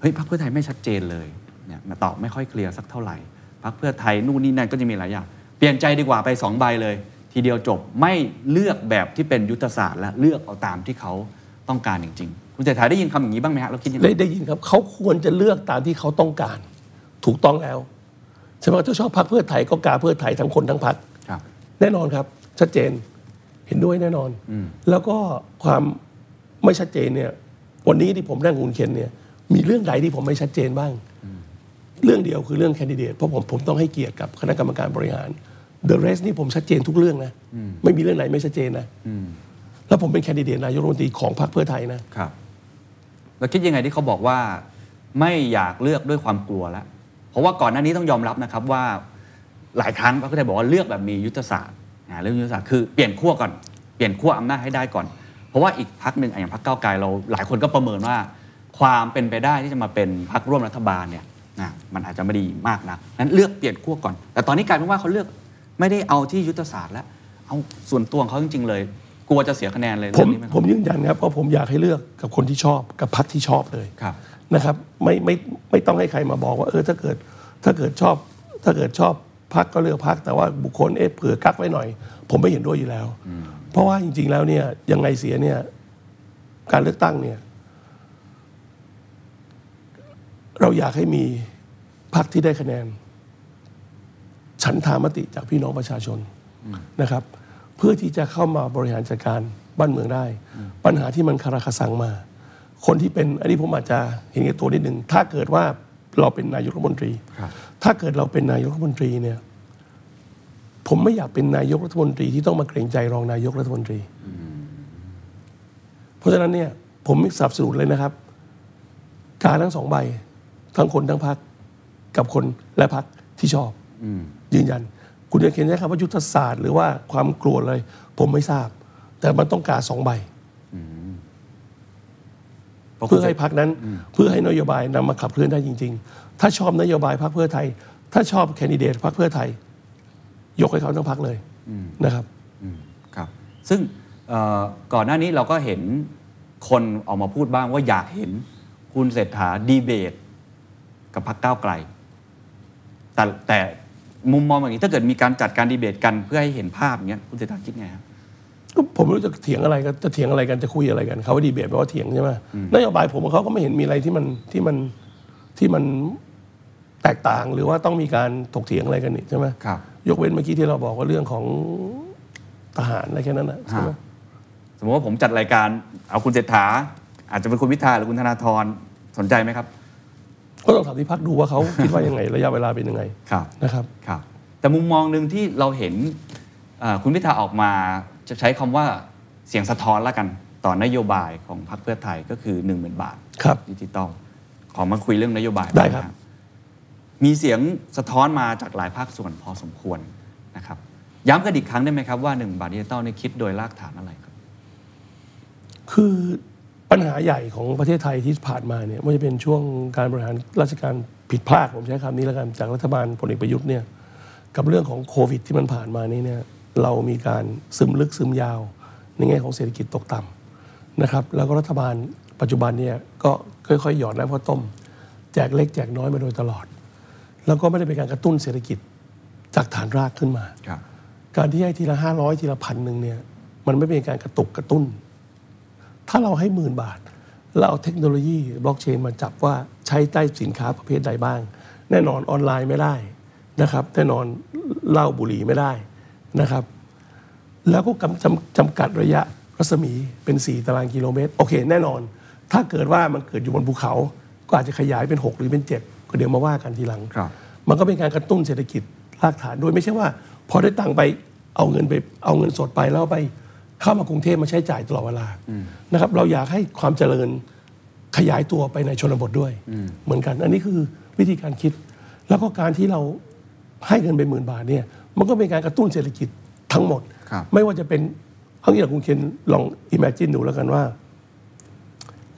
C: เฮ้ยพรรคเพื่อไทยไม่ชัดเจนเลย เนี่ยตอบไม่ค่อยเคลียร์สักเท่าไหร่พรรคเพื่อไทยนู่นนี่นั่นก็จะมีหลายอย่าง เปลี่ยนใจดีกว่าไปสองใบเลย ทีเดียวจบ ไม่เลือกแบบที่เป็นยุทธศาสตร์และเลือกเอาตามที่เขาต้องการจริงๆ คุณเศรษฐาได้ยินคำอย่างนี้บ้างไหมฮะเราคิดยังไง
B: ได้ได้ยินครับเขาควรจะเลือกตามที่เขาต้องการ ถูกต้องแล้วใช่ไหมถ้าชอบพักเพื่อไทยก็กาเพื่อไทยทั้งคนทั้งพัก
C: ครับ
B: แน่นอนครับ ชัดเจนเห็นด้วยแน่นอน แล้วก็ความไม่ชัดเจนเนี่ย วันนี้ที่ผมนั่งกับคุณเคนเนี่ย มีเรื่องใดที่ผมไม่ชัดเจนบ้าง เรื่องเดียวคือเรื่องแคนดิเดตเพราะผมผมต้องให้เกียรติกับคณะกรรมการบริหาร The rest นี่ผมชัดเจนทุกเรื่องนะไม่มีเรื่องไหนไม่ชัดเจนนะแล้วผมเป็นแคนดิเดตนายกรัฐมนตรีของพรรคเพื่อไทยนะ
C: ครับเราคิดยังไงที่เขาบอกว่าไม่อยากเลือกด้วยความกลัวแล้วเพราะว่าก่อนหน้านี้ต้องยอมรับนะครับว่าหลายครั้งพรรคเพื่อไทยบอกว่าเลือกแบบมียุทธศาสตร์อ่าเรื่องยุทธศาสตร์คือเปลี่ยนขั้วก่อนเปลี่ยนขั้วอำนาจให้ได้ก่อน เพราะว่าอีกพักหนึ่งอ่ะอย่างพักเก้าวไกลเราหลายคนก็ประเมินว่า ความเป็นไปได้ที่จะมาเป็นพักร่วมรัฐบาลเนี่ย นะมันอาจจะไม่ดีมากนะนั้นเลือกเปลี่ยนขั้วก่อน แต่ตอนนี้กลายเป็นว่าเขาเลือกไม่ได้เอาที่ยุทธศาสตร์แล้ว เอาส่วนตัวของเขาจริง ๆ เลย กลัวจะเสียคะแนนเลย
B: ผม
C: เรื่องนี้ไหครับ
B: ผมยืนยันครับว่าผมอยากให้เลือกกับคนที่ชอบกับพักที่ชอบเลย
C: ครับ
B: นะครับไม่ไม่ไม่ต้องให้ใครมาบอกว่าเออถ้าเกิดถ้าเกิดชอบ ถ้าเกิดชอบพักก็เลือกพักแต่ว่าบุคคลเอ๊ะเผื่อกักไว้หน่อย ผมไม่เห็นด้วยอยู่แล้ว เพราะว่าจริง ๆ แล้วเนี่ยยังไงเสียเนี่ยการเลือกตั้งเนี่ย เราอยากให้มีพักที่ได้คะแนน ฉันทามติจากพี่น้องประชาชนนะครับ เพื่อที่จะเข้ามาบริหารจัดการบ้านเมืองได้ ปัญหาที่มันคาราคาซังมา คนที่เป็นอันนี้ผมอาจจะเห็นแก่ตัวนิดหนึ่งถ้าเกิดว่าเราเป็นนายกรัฐมนตรี
C: ครับ
B: ถ้าเกิดเราเป็นนายกรัฐมนตรีเนี่ย ผมไม่อยากเป็นนายกรัฐมนตรีที่ต้องมาเกรงใจรองนายกรัฐมนตรี เพราะฉะนั้นเนี่ย ผมไม่สนับสนุนเลยนะครับ การทั้งสองใบ ทั้งคนทั้งพักกับคนและพักที่ชอบยืนยัน คุณจะเขียนใช้คำว่ายุทธศาสตร์หรือว่าความกลัวเลย ผมไม่ทราบ แต่มันต้องการสองใบ
C: เพราะคุ
B: เพื่
C: ณ
B: อให้พักนั้นเพื่อให้นโยบายนำมาขับเคลื่อนได้จริง ๆ ถ้าชอบนโยบายพักเพื่อไทย ถ้าชอบแคนดิเดตพักเพื่อไทย ยกให้เขาทั้งพักเลยนะครับ
C: ครับ ซึ่งเอ่อก่อนหน้านี้เราก็เห็นคนออกมาพูดบ้างว่าอยากเห็นคุณเศรษฐาดีเบต กับพรรคก้าวไกล แต่แต่มุมมองอย่างนี้ถ้าเกิดมีการจัดการดีเบตกันเพื่อให้เห็นภาพอย่างเงี้ยคุณเศรษฐาคิดไงครับ
B: ก็ผมไม่รู้จะเถียงอะไรกันจะเถียงอะไรกันจะคุยอะไรกันเขาว่าดีเบตแปลว่าเถียงใช่ไหมนโยบายผมกับเขาก็ไม่เห็นมีอะไรที่มันที่มันที่มันแตกต่างหรือว่าต้องมีการถกเถียงอะไรกันนี่ใช่ไหม
C: ครับ
B: ยกเว้นเมื่อกี้ที่เราบอกว่าเรื่องของทหารอะไรแค่นั้นนะใช่ไหม
C: สมมติว่าผมจัดรายการเอาคุณเศรษฐา อาจจะเป็นคุณวิทาหรือคุณธนาธรสนใจไหมครับ
B: ก็ต้องถามที่พักดูว่าเขาคิดว่ายังไง ระยะเวลาเป็นยังไง
C: ครับ
B: นะครับ
C: ครับ แต่มุมมองหนึ่งที่เราเห็นเอ่อคุณพิธาออกมาจะใช้คำว่าเสียงสะท้อนละกันต่อนโยบายของพรรคเพื่อไทยก็คือ 1 0,000 บาท
B: ครับ
C: ดิจิตอลขอมาคุยเรื่องนโยบาย
B: ได้ครับ
C: นะมีเสียงสะท้อนมาจากหลายภาคส่วนพอสมควรนะครับ ย้ำกันอีกครั้งได้ไหมครับว่า 1 บาทดิจิตอลนี่คิดโดยรากฐานอะไรครับ
B: คือปัญหาใหญ่ของประเทศไทยที่ผ่านมาเนี่ยไม่ว่าจะเป็นช่วงการบริหารราชการผิดพลาด ผมใช้คำนี้แล้วกันจากรัฐบาลพลเอกประยุทธ์เนี่ยกับเรื่องของโควิดที่มันผ่านมานี้เนี่ยเรามีการซึมลึกซึมยาว ในแง่ของเศรษฐกิจตกต่ำนะครับ แล้วก็รัฐบาลปัจจุบันเนี่ยก็ค่อยๆ หยอดน้ำข้าวต้ม แจกเล็กแจกน้อยมาโดยตลอด แล้วก็ไม่ได้เป็นการกระตุ้นเศรษฐกิจจากฐานรากขึ้นมา
C: ครับ
B: การที่ให้ทีละห้าร้อยทีละพันหนึ่งเนี่ยมันไม่เป็นการกระตุกกระตุ้น ถ้าเราให้หมื่นบาท เราเอาเทคโนโลยีบล็อกเชนมาจับว่าใช้ใต้สินค้าประเภทใดบ้าง แน่นอนออนไลน์ไม่ได้นะครับ แน่นอนเหล้าบุหรี่ไม่ได้นะครับ แล้วก็กำจำจำกัดระยะรัศมีเป็น 4 ตารางกิโลเมตร โอเค แน่นอน ถ้าเกิดว่ามันเกิดอยู่บนภูเขา ก็อาจจะขยายเป็น 6 หรือเป็น 7 ก็เดี๋ยวมาว่ากันทีหลัง
C: ครับ
B: มันก็เป็นการกระตุ้นเศรษฐกิจรากฐานโดยไม่ใช่ว่า พอได้ตังค์ไปเอาเงินไปเอาเงินสดไปแล้วไปเข้ามากรุงเทพมาใช้จ่ายตลอดเวลานะครับเราอยากให้ความเจริญขยายตัวไปในชนบทด้วย เหมือนกัน อันนี้คือวิธีการคิด แล้วก็การที่เราให้เงินไปหมื่นบาทเนี่ยมันก็เป็นการกระตุ้นเศรษฐกิจทั้งหมด
C: ครับ
B: ไม่ว่าจะเป็นเอางี้ละคุณเคนลองอิมเมจินดูแล้วกันว่า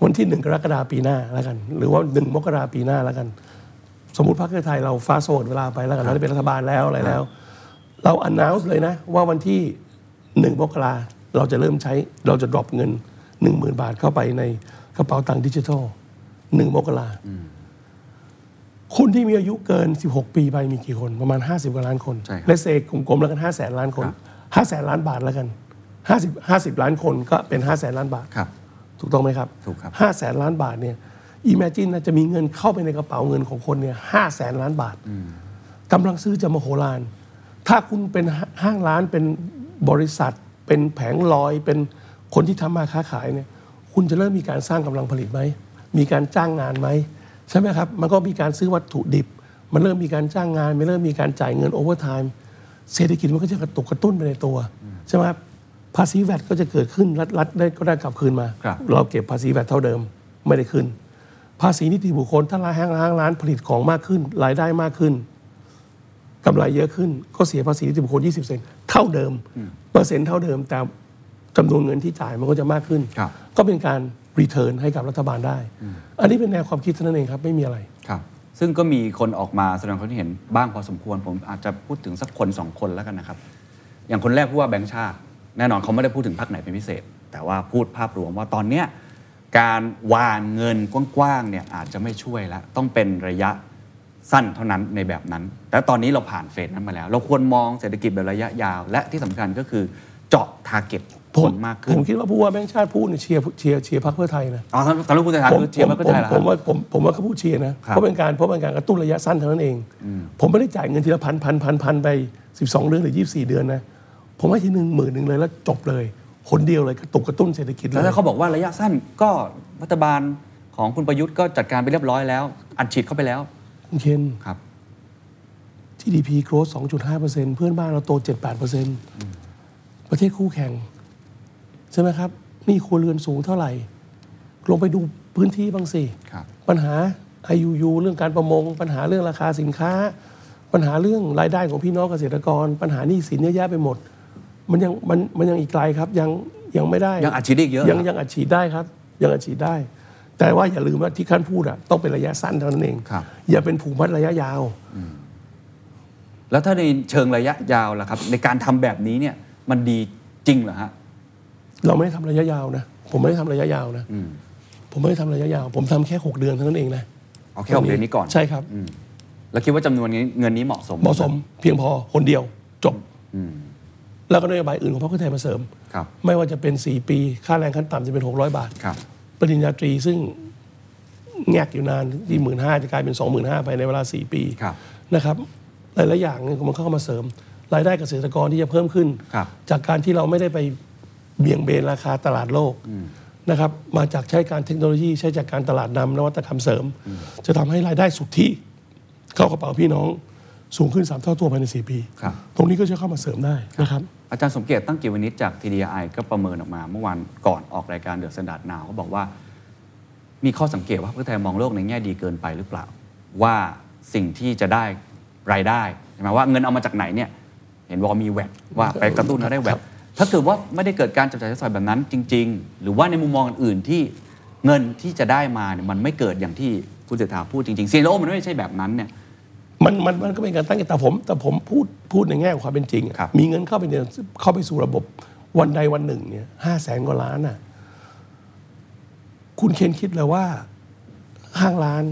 B: วันที่หนึ่งกรกฎาปีหน้าแล้วกัน หรือว่าหนึ่งมกราปีหน้าแล้วกัน สมมติพรรคเพื่อไทยเราฟาสโซนเวลาไปแล้วกันเราได้เป็นรัฐบาลแล้วอะไรแล้ว เราอนนาวส์เลยนะ ว่าวันที่หนึ่งมกราเราจะเริ่มใช้เราจะดรอปเงินหนึ่งหมื่นบาทเข้าไปในกระเป๋าตังค์ดิจิทัลหนึ่งมกราคนที่มีอายุเกิน 16 ปีไปมีกี่คนประมาณ 50กว่าล้านคน
C: ใช่ครับ
B: และเซกลมๆแล้วกัน5 0 0แสนล้านคน5 0 0แสนล้านบาทแล้วกัน 50 50 ล้านคนก็เป็น 5 0 0แสนล้านบาท
C: ครับ
B: ถูกต้องไหมครับ
C: ถูกครับ
B: ห้าแสนล้านบาทเนี่ยอีเมจินนะจะมีเงินเข้าไปในกระเป๋าเงินของคนเนี่ยห้าแสนล้านบาทกำลังซื้อจะมโหฬารถ้าคุณเป็นห้างร้านเป็นบริษัท เป็นแผงลอย เป็นคนที่ทำมาค้าขายเนี่ย คุณจะเริ่มมีการสร้างกำลังผลิตไหม มีการจ้างงานไหม ใช่ไหมครับ มันก็มีการซื้อวัตถุดิบ มันเริ่มมีการจ้างงาน มันเริ่มมีการจ่ายเงินโอเวอร์ไทม์ เศรษฐกิจมันก็จะกระตุกกระตุ้นไปในตัวใช่ไหมครับ ภาษีแวดก็จะเกิดขึ้นรัฐรัฐได้ก็ได้กลับคืนมา
C: ครับ
B: เราเก็บภาษีแวดเท่าเดิมไม่ได้ขึ้น ภาษีนิติบุคคลถ้าร้านห้างร้านร้านผลิตของมากขึ้น รายได้มากขึ้นกำไรเยอะขึ้น ก็เสียภาษีนิติบุคคล 20 เซนเท่าเดิม เปอร์เซ็นต์เท่าเดิมแต่จำนวนเงินที่จ่ายมันก็จะมากขึ้น
C: ครับ
B: ก็เป็นการรีเทิร์นให้กับรัฐบาลได้ อันนี้เป็นแนวความคิดเท่านั้นเองครับไม่มีอะไร
C: ครับ ซึ่งก็มีคนออกมาแสดงความคิดเห็นบ้างพอสมควร ผมอาจจะพูดถึงสักคนสองคนแล้วกันนะครับ อย่างคนแรกผู้ว่าแบงค์ชาติ แน่นอนเขาไม่ได้พูดถึงพรรคไหนเป็นพิเศษ แต่ว่าพูดภาพรวมว่าตอนเนี้ยการวานเงินกว้างๆเนี่ยอาจจะไม่ช่วยละต้องเป็นระยะสั้นเท่านั้นในแบบนั้น แต่ตอนนี้เราผ่านเฟสนั้นมาแล้ว เราควรมองเศรษฐกิจแบบระยะยาว และที่สำคัญก็คือเจาะทาร์เก็ต
B: ผ
C: ค
B: ม
C: นมากขึ้น
B: ผมคิดว่าผู้ว่าแบงค์ชาติพูดเนี่ยเชียร์เชียร์เชียร์พรรคเพื่อไทยนะ
C: อ๋อสำหรับสำหรับคุณเศรษฐา
B: ผม
C: คือเชียร์
B: ผม
C: ไม่ก็ใจละ
B: ผมว่าผมผมว่าเขาพูดเชียร์นะครับ เพราะเป็นการเพราะเป็นการกระตุ้นระยะสั้นเท่านั้นเอง ผมไม่ได้จ่ายเงินทีละพันพันพันพันไป 12 เดือนหรือ 24 เดือนนะผมให้ทีหนึ่งหมื่นหนึ่งเลยแล้วจบเลยคนเดียวเลยกระตุกกระตุ้นเศรษฐกิจเล
C: แล้
B: ยว
C: ถ้าเขาบอกว่าระยะสั้นก็รัฐบาลของคุณประยุทธ์ก็จัดการไปเรียบร้อยแล้ว อัดฉีดเข้าไปแล้ว
B: คุณเคน
C: ครับ
B: GDP growth 2.5%เพื่อนบ้านเราโต 7-8%ประเทศคู่แข่ง ใช่ไหมครับหนี่ครัวเรือนสูงเท่าไหร่ ลงไปดูพื้นที่บ้างสิ
C: ครับ
B: ปัญหา IUU เรื่องการประมง ปัญหาเรื่องราคาสินค้า ปัญหาเรื่องรายได้ของพี่น้องเกษตรกร ปัญหาหนี้สินเยอะแยะไปหมด มันยังมันมันยังอีกไกลครับ ยังยังไม่ได้
C: ยังอัดฉีดได้อีกเยอะ
B: ยัง
C: เหรอ
B: ยังอัดฉีดได้ครับ ยังอัดฉีดได้ แต่ว่าอย่าลืมว่าที่ขั้นพูดอะต้องเป็นระยะสั้นเท่านั้นเอง
C: ครับ
B: อย่าเป็นผูกมัดระยะยาว
C: แล้วถ้าในเชิงระยะยาวล่ะครับ ในการทำแบบนี้เนี่ยมันดีจริงเหรอฮะ
B: เราไม่ได้ทำระยะยาวนะ ผมไม่ได้ทำระยะยาวนะ
C: อืม
B: ผมไม่ได้ทำระยะยาว ผมทำแค่ 6 เดือนเท่านั้นเองนะ
C: เอาแค่หกเดือนนี้ก่อน
B: ใช่ครับ
C: แล้วคิดว่าจำนวนเงินเงินนี้เหมาะสม
B: เหมาะสมเพียงพอคนเดียวจบ
C: อืม
B: แล้วก็นโยบายอื่นของพรรคเพื่อไทยมาเสริม
C: ครับ
B: ไม่ว่าจะเป็น 4 ปี ค่าแรงขั้นต่ำจะเป็น 600 บาท
C: ครับ
B: ปริญญาตรีซึ่งแงกอยู่นานที่หมื่นห้าจะกลายเป็น 2 5 0 0 0ไปในเวลา 4 ปี
C: ครับ
B: นะครับหลายๆอย่างเนี่ยมันเข้ามาเสริม รายได้เกษตรกรที่จะเพิ่มขึ้น
C: ครับ
B: จากการที่เราไม่ได้ไปเบี่ยงเบนราคาตลาดโลกนะครับมาจากใช้การเทคโนโลยีใช้จากการตลาดนำนวัตกรรมเสริม จะทำให้รายได้สุทธิเข้ากระเป๋าพี่น้องสูงขึ้น 3 เท่าตัวภายใน 4 ปี
C: ครับ
B: ตรงนี้ก็จะเข้ามาเสริมได้นะครับ
C: อาจารย์สมเกียรติตั้งกิจวนิชจาก TDI ก็ประเมินออกมาเมื่อวันก่อนออกรายการเดอะสแตนดาร์ดนาวเขาบอกว่า มีข้อสังเกตว่าพรรคเพื่อไทยมองโลกในแง่ดีเกินไปหรือเปล่า ว่าสิ่งที่จะได้รายได้ใช่ไหมว่าเงินเอามาจากไหนเนี่ย เห็นว่ามีแวดว่าไปกระตุ้นเขาได้แวดถ้าเกิดว่าไม่ได้เกิดการจับจ่ายใช้สอยแบบนั้นจริง ๆ หรือว่าในมุมมองอื่นๆที่เงินที่จะได้มาเนี่ยมันไม่เกิดอย่างที่คุณเศรษฐาพูดจริงๆซีโร่มันไม่ใช่แบบนั้นเนี่ย
B: มันมันมันก็เป็นการตั้งใจแต่ผม แต่ผมพูดพูดในแง่ของความเป็นจริงอะ
C: ครับ
B: มีเงินเข้าไปในเข้าไปสู่ระบบวันใดวันหนึ่งเนี่ยห้าแสนกว่าล้านน่ะคุณเคนคิดเลยว่าห้างร้าน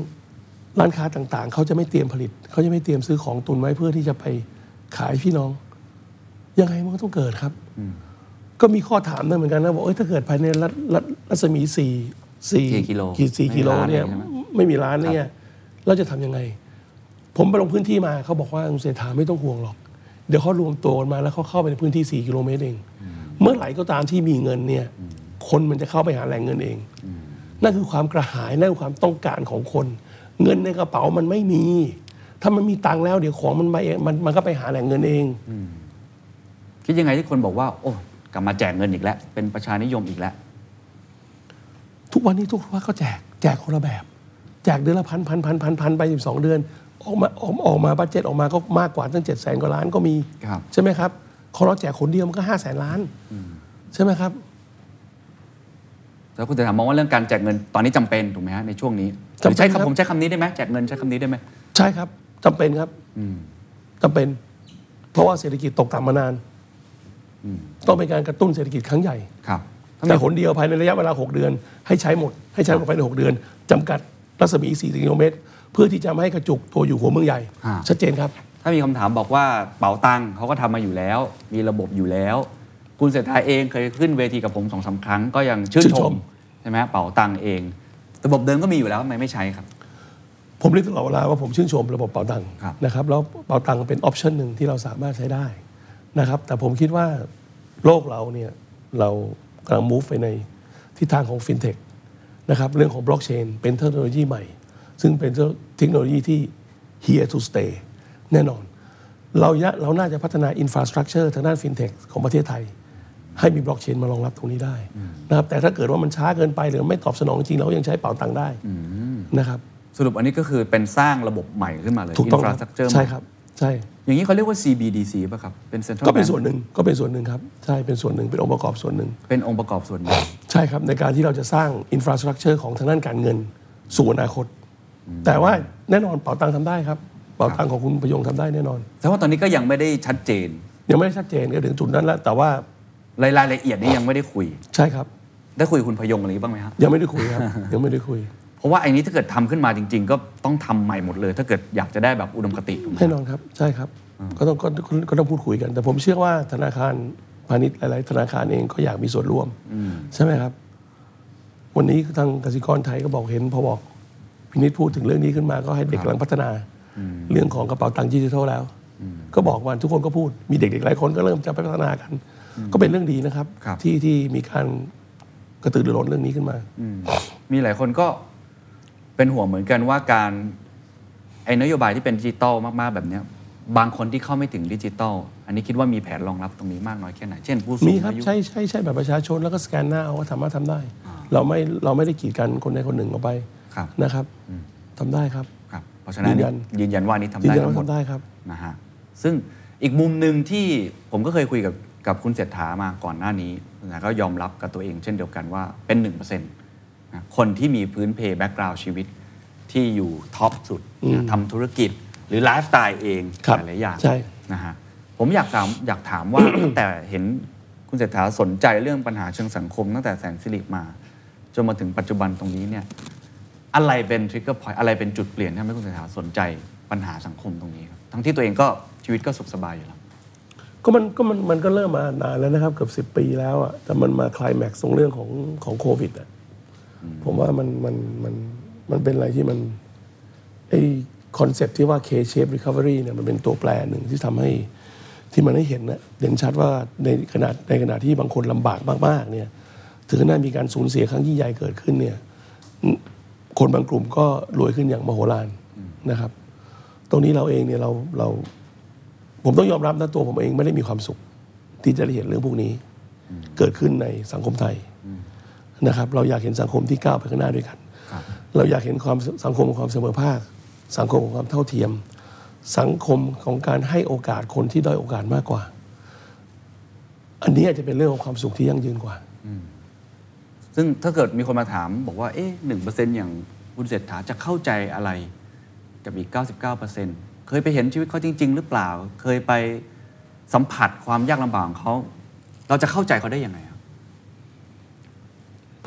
B: ร้านค้าต่างๆ เขาจะไม่เตรียมผลิต เขาจะไม่เตรียมซื้อของตุนไว้เพื่อที่จะไปขายพี่น้อง ยังไงมันก็ต้องเกิดครับ ก็มีข้อถามนั่นเหมือนกันนะบอกเอ้ยถ้าเกิดภายในรัฐรัฐรัศมีสี่สี่
C: กี่กิโล
B: สี่
C: ไม่มี
B: กิโล
C: ร้าน
B: เนี่ย
C: อะไรใช่ไหม
B: ไม่มีร้านเนี่ยเราจะทำยังไง ผมไปลงพื้นที่มาเขาบอกว่าคุณเศรษฐาไม่ต้องห่วงหรอก เดี๋ยวเขารวมตัวกันมาแล้วเขาเข้าไปในพื้นที่ 4 กิโลเมตรเอง เมื่อไหร่ก็ตามที่มีเงินเนี่ย คนมันจะเข้าไปหาแหล่งเงินเอง นั่นคือความกระหายนั่นคือความต้องการของคน เงินในกระเป๋ามันไม่มี ถ้ามันมีตังค์แล้วเดี๋ยวของมันมาเองมันมันก็ไปหาแหล่งเงินเอง
C: คิดยังไงที่คนบอกว่า โอ้กลับมาแจกเงินอีกแล้วเป็นประชานิยมอีกแล้ว
B: ทุกวันนี้ทุกวัดเขาแจกแจกคนละแบบ แจกเดือนละพันพันพันพันพันไปสิบสองเดือน ออกมาออกออกมาบัตเจ็ตออกมาก็มากกว่าตั้งเจ็ดแสนกว่าล้านก็มี
C: ครับ
B: ใช่ไหมครับของเราแจกคนเดียวมันก็ห้าแสนล้าน ใช่ไหมครับ
C: แล้วคุณจะถามมองว่าเรื่องการแจกเงินตอนนี้จำเป็นถูกไหมฮะในช่วงนี้หรือใช้
B: จำเป็นครั
C: คำ
B: บ
C: ผมใช้คำนี้ได้ไหมแจกเงินใช้คำนี้ได้ไหม
B: ใช่ครับจำเป็นครับจำเป็น เพราะว่าเศรษฐกิจตกต่ำมานานต้องเป็นการกระตุ้นเศรษฐกิจครั้งใหญ่
C: ครับ
B: แต่หนเดียวภายในระยะเวลา 6 เดือน ให้ใช้หมด ให้ใช้หมดภายใน 6 เดือนจำกัดรัศมี4กิโลเมตร เพื่อที่จะไม่ให้กระจุกตัวอยู่หัวเมืองใหญ่ ชัดเจนครับ
C: ถ้ามีคำถามบอกว่าเป๋าตังเขาก็ทำมาอยู่แล้ว มีระบบอยู่แล้ว คุณเศรษฐาเองเคยขึ้นเวทีกับผมสองสามครั้งก็ยังชื่น
B: ชื่น
C: ช
B: ช
C: ม
B: ม
C: ใช่ไหมฮะเป๋าตังเอง ระบบเดิมก็มีอยู่แล้วทำไมไม่ใช้ครับ
B: ผมเรียกตลอดเวลาว่าผมชื่นชมระบบเป๋าตังค์
C: ครับ
B: นะครับแล้วเป๋าตังค์เป็นออปชันหนึ่งที่เราสามารถใช้ได้นะครับ แต่ผมคิดว่าโลกเราเนี่ยเรากำลัง move ไปในทิศทางของฟินเทคนะครับเรื่องของบล็อกเชนเป็นเทคโนโลยีใหม่ ซึ่งเป็นเทคโนโลยีที่ here to stay แน่นอน เรายะเราน่าจะพัฒนาอินฟราสตรักเจอร์ทางด้านฟินเทคของประเทศไทย ให้มีบล็อกเชนมารองรับตรงนี้ได้นะครับแต่ถ้าเกิดว่ามันช้าเกินไปหรือไม่ตอบสนองจริงเราก็ยังใช้เป๋าตังค์ได้นะครับ
C: สรุปอันนี้ก็คือเป็นสร้างระบบใหม่ขึ้นมาเลย
B: ถูกต้อง
C: ฟ
B: ค
C: รา
B: รับ
C: สตรักเจอร์
B: ใช่ครับ ใช่
C: อย่างนี้เขาเรียกว่า CBDC ป่ะครับเป็น Central
B: ก็เป็น
C: Bank
B: ส่วนหนึ่งก็เป็นส่วนหนึ่งครับ ใช่เป็นส่วนหนึ่งเป็นองค์ประกอบส่วนหนึ่ง
C: เป็นองค์ประกอบส่วนหนึ่ง
B: ใช่ครับ ในการที่เราจะสร้างอินฟราสตรักเจอร์ของทางด้านการเงิน สู่อนาคต แต่ว่าแน่นอนเป๋าตังทำได้ครับเป๋าตังของคุณประยงทำได้แน่นอน
C: แต่ว่าตอนนี้ก็ยังไม่ได้ชัดเจน
B: ยังไม่ได้ชัดเจนก็ถึงจุดนั้นแล้ว แต่ว่าร
C: ายรายละเอียดนี่ยังไม่ได้คุย
B: ใช่ครับ
C: ได้คุยกับคุณพยงอะไรบ้างไหมครับ
B: ยังไม่ได้คุยครับ ยังไม่ได้คุย
C: เพราะว่าไอ้นี้ถ้าเกิดทำขึ้นมาจริง ๆ ก็ต้องทำใหม่หมดเลย ถ้าเกิดอยากจะได้แบบอุดมค ติของมั
B: แน่นอนครับใช่ครับ ก็ต้องก็ก็ก็ต้องพูดคุยกัน แต่ผมเชื่อว่าธนาคารพาณิชย์หลายๆธนาคารเองก็อยากมีส่วนร่วมใช่ไหมครับ วันนี้ทางกสิกรไทยก็บอกเห็นพอบอกพินิษพูดถึงเรื่องนี้ขึ้นมาก็ให้เด็กกำลังพัฒนา เรื่องของกระเป๋าตังค์ดิจิทัลแล้ว ก็บอกวันทุกคนก็พูดมีเด็กๆหลายคนก็เริ่มจะไปพัฒนากัน ก็เป็นเรื่องดีนะครับ ที่ที่มีการกระตือรือร้นเรื่องนี้ขึ้นมา
C: มีหลายคนก็เป็นห่วงเหมือนกันว่าการไอ้นโยบายที่เป็นดิจิตอลมากๆแบบเนี้ยบางคนที่เข้าไม่ถึงดิจิตอลอันนี้คิดว่ามีแผนรองรับตรงนี้มากน้อยแค่ไหนเช่นผู้สู
B: มี
C: ง
B: ครับ
C: อายุ
B: ใช่ใช่ใช่แบบประชาชนแล้วก็สแกนหน้าเอาว่าสามารถทำได้ เราไม่เราไม่ได้กีดกันคนใดคนหนึ่งออกไป
C: ครับ
B: นะครับทำได้ครับ
C: ครับเพราะฉะนั้น
B: ยืนยัน
C: ยืนยันว่าอันนี้ทำ
B: จริงๆ
C: ได้ทั้
B: เรา
C: งหมด
B: ทำได้ครับ
C: นะฮะซึ่งอีกมุมหนึ่งที่ผมก็เคยคุยกับกับคุณเศรษฐามาก่อนหน้านี้นะก็ยอมรับกับตัวเองเช่นเดียวกันว่าเป็น 1%นะคนที่มีพื้นเพย์แบ็กกราวชีวิตที่อยู่ท็อปสุดนะทำธุรกิจหรือไลฟ์สไตล์เอง
B: ครับ
C: หลายๆอย่าง
B: ใช่
C: นะฮะผมอยากถามอยากถาม ว่า ตั้งแต่เห็นคุณเศรษฐาสนใจเรื่องปัญหาเชิงสังคมตั้งแต่แสนสิริมา จนมาถึงปัจจุบันตรงนี้เนี่ยอะไรเป็นทริกเกอร์พอยต์อะไรเป็นจุดเปลี่ยนที่ทำให้คุณเศรษฐาสนใจปัญหาสังคมตรงนี้ครับทั้งที่ตัวเองก็ชีวิตก็สุขสบายอยู่แล้ว
B: ก็มันก็มันมันก็เริ่มมานานแล้วนะครับเกือบสิบ10 ปีแล้วอะแต่มันมาคลายแม็กซ์ตรงเรื่องของของโควิดอะผมว่ามันมันมันมันเป็นอะไรที่มันไอคอนเซปที่ว่า K-shape recovery เนี่ยมันเป็นตัวแปรหนึ่งที่ทำให้ที่มันให้เห็นนะเด่นชัดว่าในขนาดในขณะที่บางคนลำบากมากๆเนี่ยถึงขนาดมีการสูญเสียครั้งยิ่งใหญ่เกิดขึ้นเนี่ยคนบางกลุ่มก็รวยขึ้นอย่างมโหฬารนะครับ ตรงนี้เราเองเนี่ยเราเรา ผมต้องยอมรับนะตัวผมเองไม่ได้มีความสุข ที่จะได้เห็นเรื่องพวกนี้ เกิดขึ้นในสังคมไทยนะครับ เราอยากเห็นสังคมที่ก้าวไปข้างหน้าด้วยกัน เราอยากเห็นความสังคมของความเสมอภาค สังคมของความเท่าเทียม สังคมของการให้โอกาสคนที่ด้อยโอกาสมากกว่า อันนี้อาจจะเป็นเรื่องของความสุขที่ยั่งยืนกว่า
C: ซึ่งถ้าเกิดมีคนมาถามบอกว่า เอ๊ะหนึ่งเปอร์เซ็นต์อย่างคุณเศรษฐาจะเข้าใจอะไร กับอีก 99เปอร์เซ็นต์เคยไปเห็นชีวิตเขาจริง ๆ หรือเปล่า เคยไปสัมผัสความยากลำบากของเขา เราจะเข้าใจเขาได้ยังไงครับ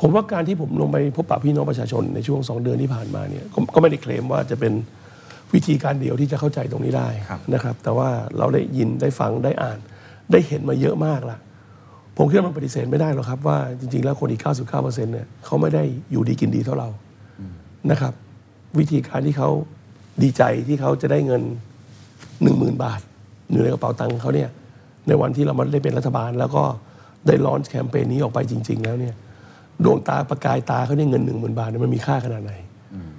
B: ผมว่าการที่ผมลงไปพบปะพี่น้องประชาชนในช่วงสองเดือนที่ผ่านมาเนี่ยก็ก็ไม่ได้เคลมว่าจะเป็นวิธีการเดียวที่จะเข้าใจตรงนี้ได้
C: ครับ
B: นะครับ แต่ว่าเราได้ยินได้ฟังได้อ่าน ได้เห็นมาเยอะมากละผมคิดว่ามันปฏิเสธไม่ได้หรอกครับว่าจริง ๆ แล้วคนอีก 99%เนี่ยเขาไม่ได้อยู่ดีกินดีเท่าเรานะครับ วิธีการที่เขาดีใจที่เขาจะได้เงิน หนึ่งหมื่นบาท อยู่ในกระเป๋าตังค์เขาเนี่ยในวันที่เรามันได้เป็นรัฐบาล แล้วก็ได้ลอนแคมเปญนี้ออกไปจริง ๆ แล้วเนี่ยดวงตาประกายตาเขาเนี่ยเงินหนึ่งหมื่นบาทเนี่ยมันมีค่าขนาดไหน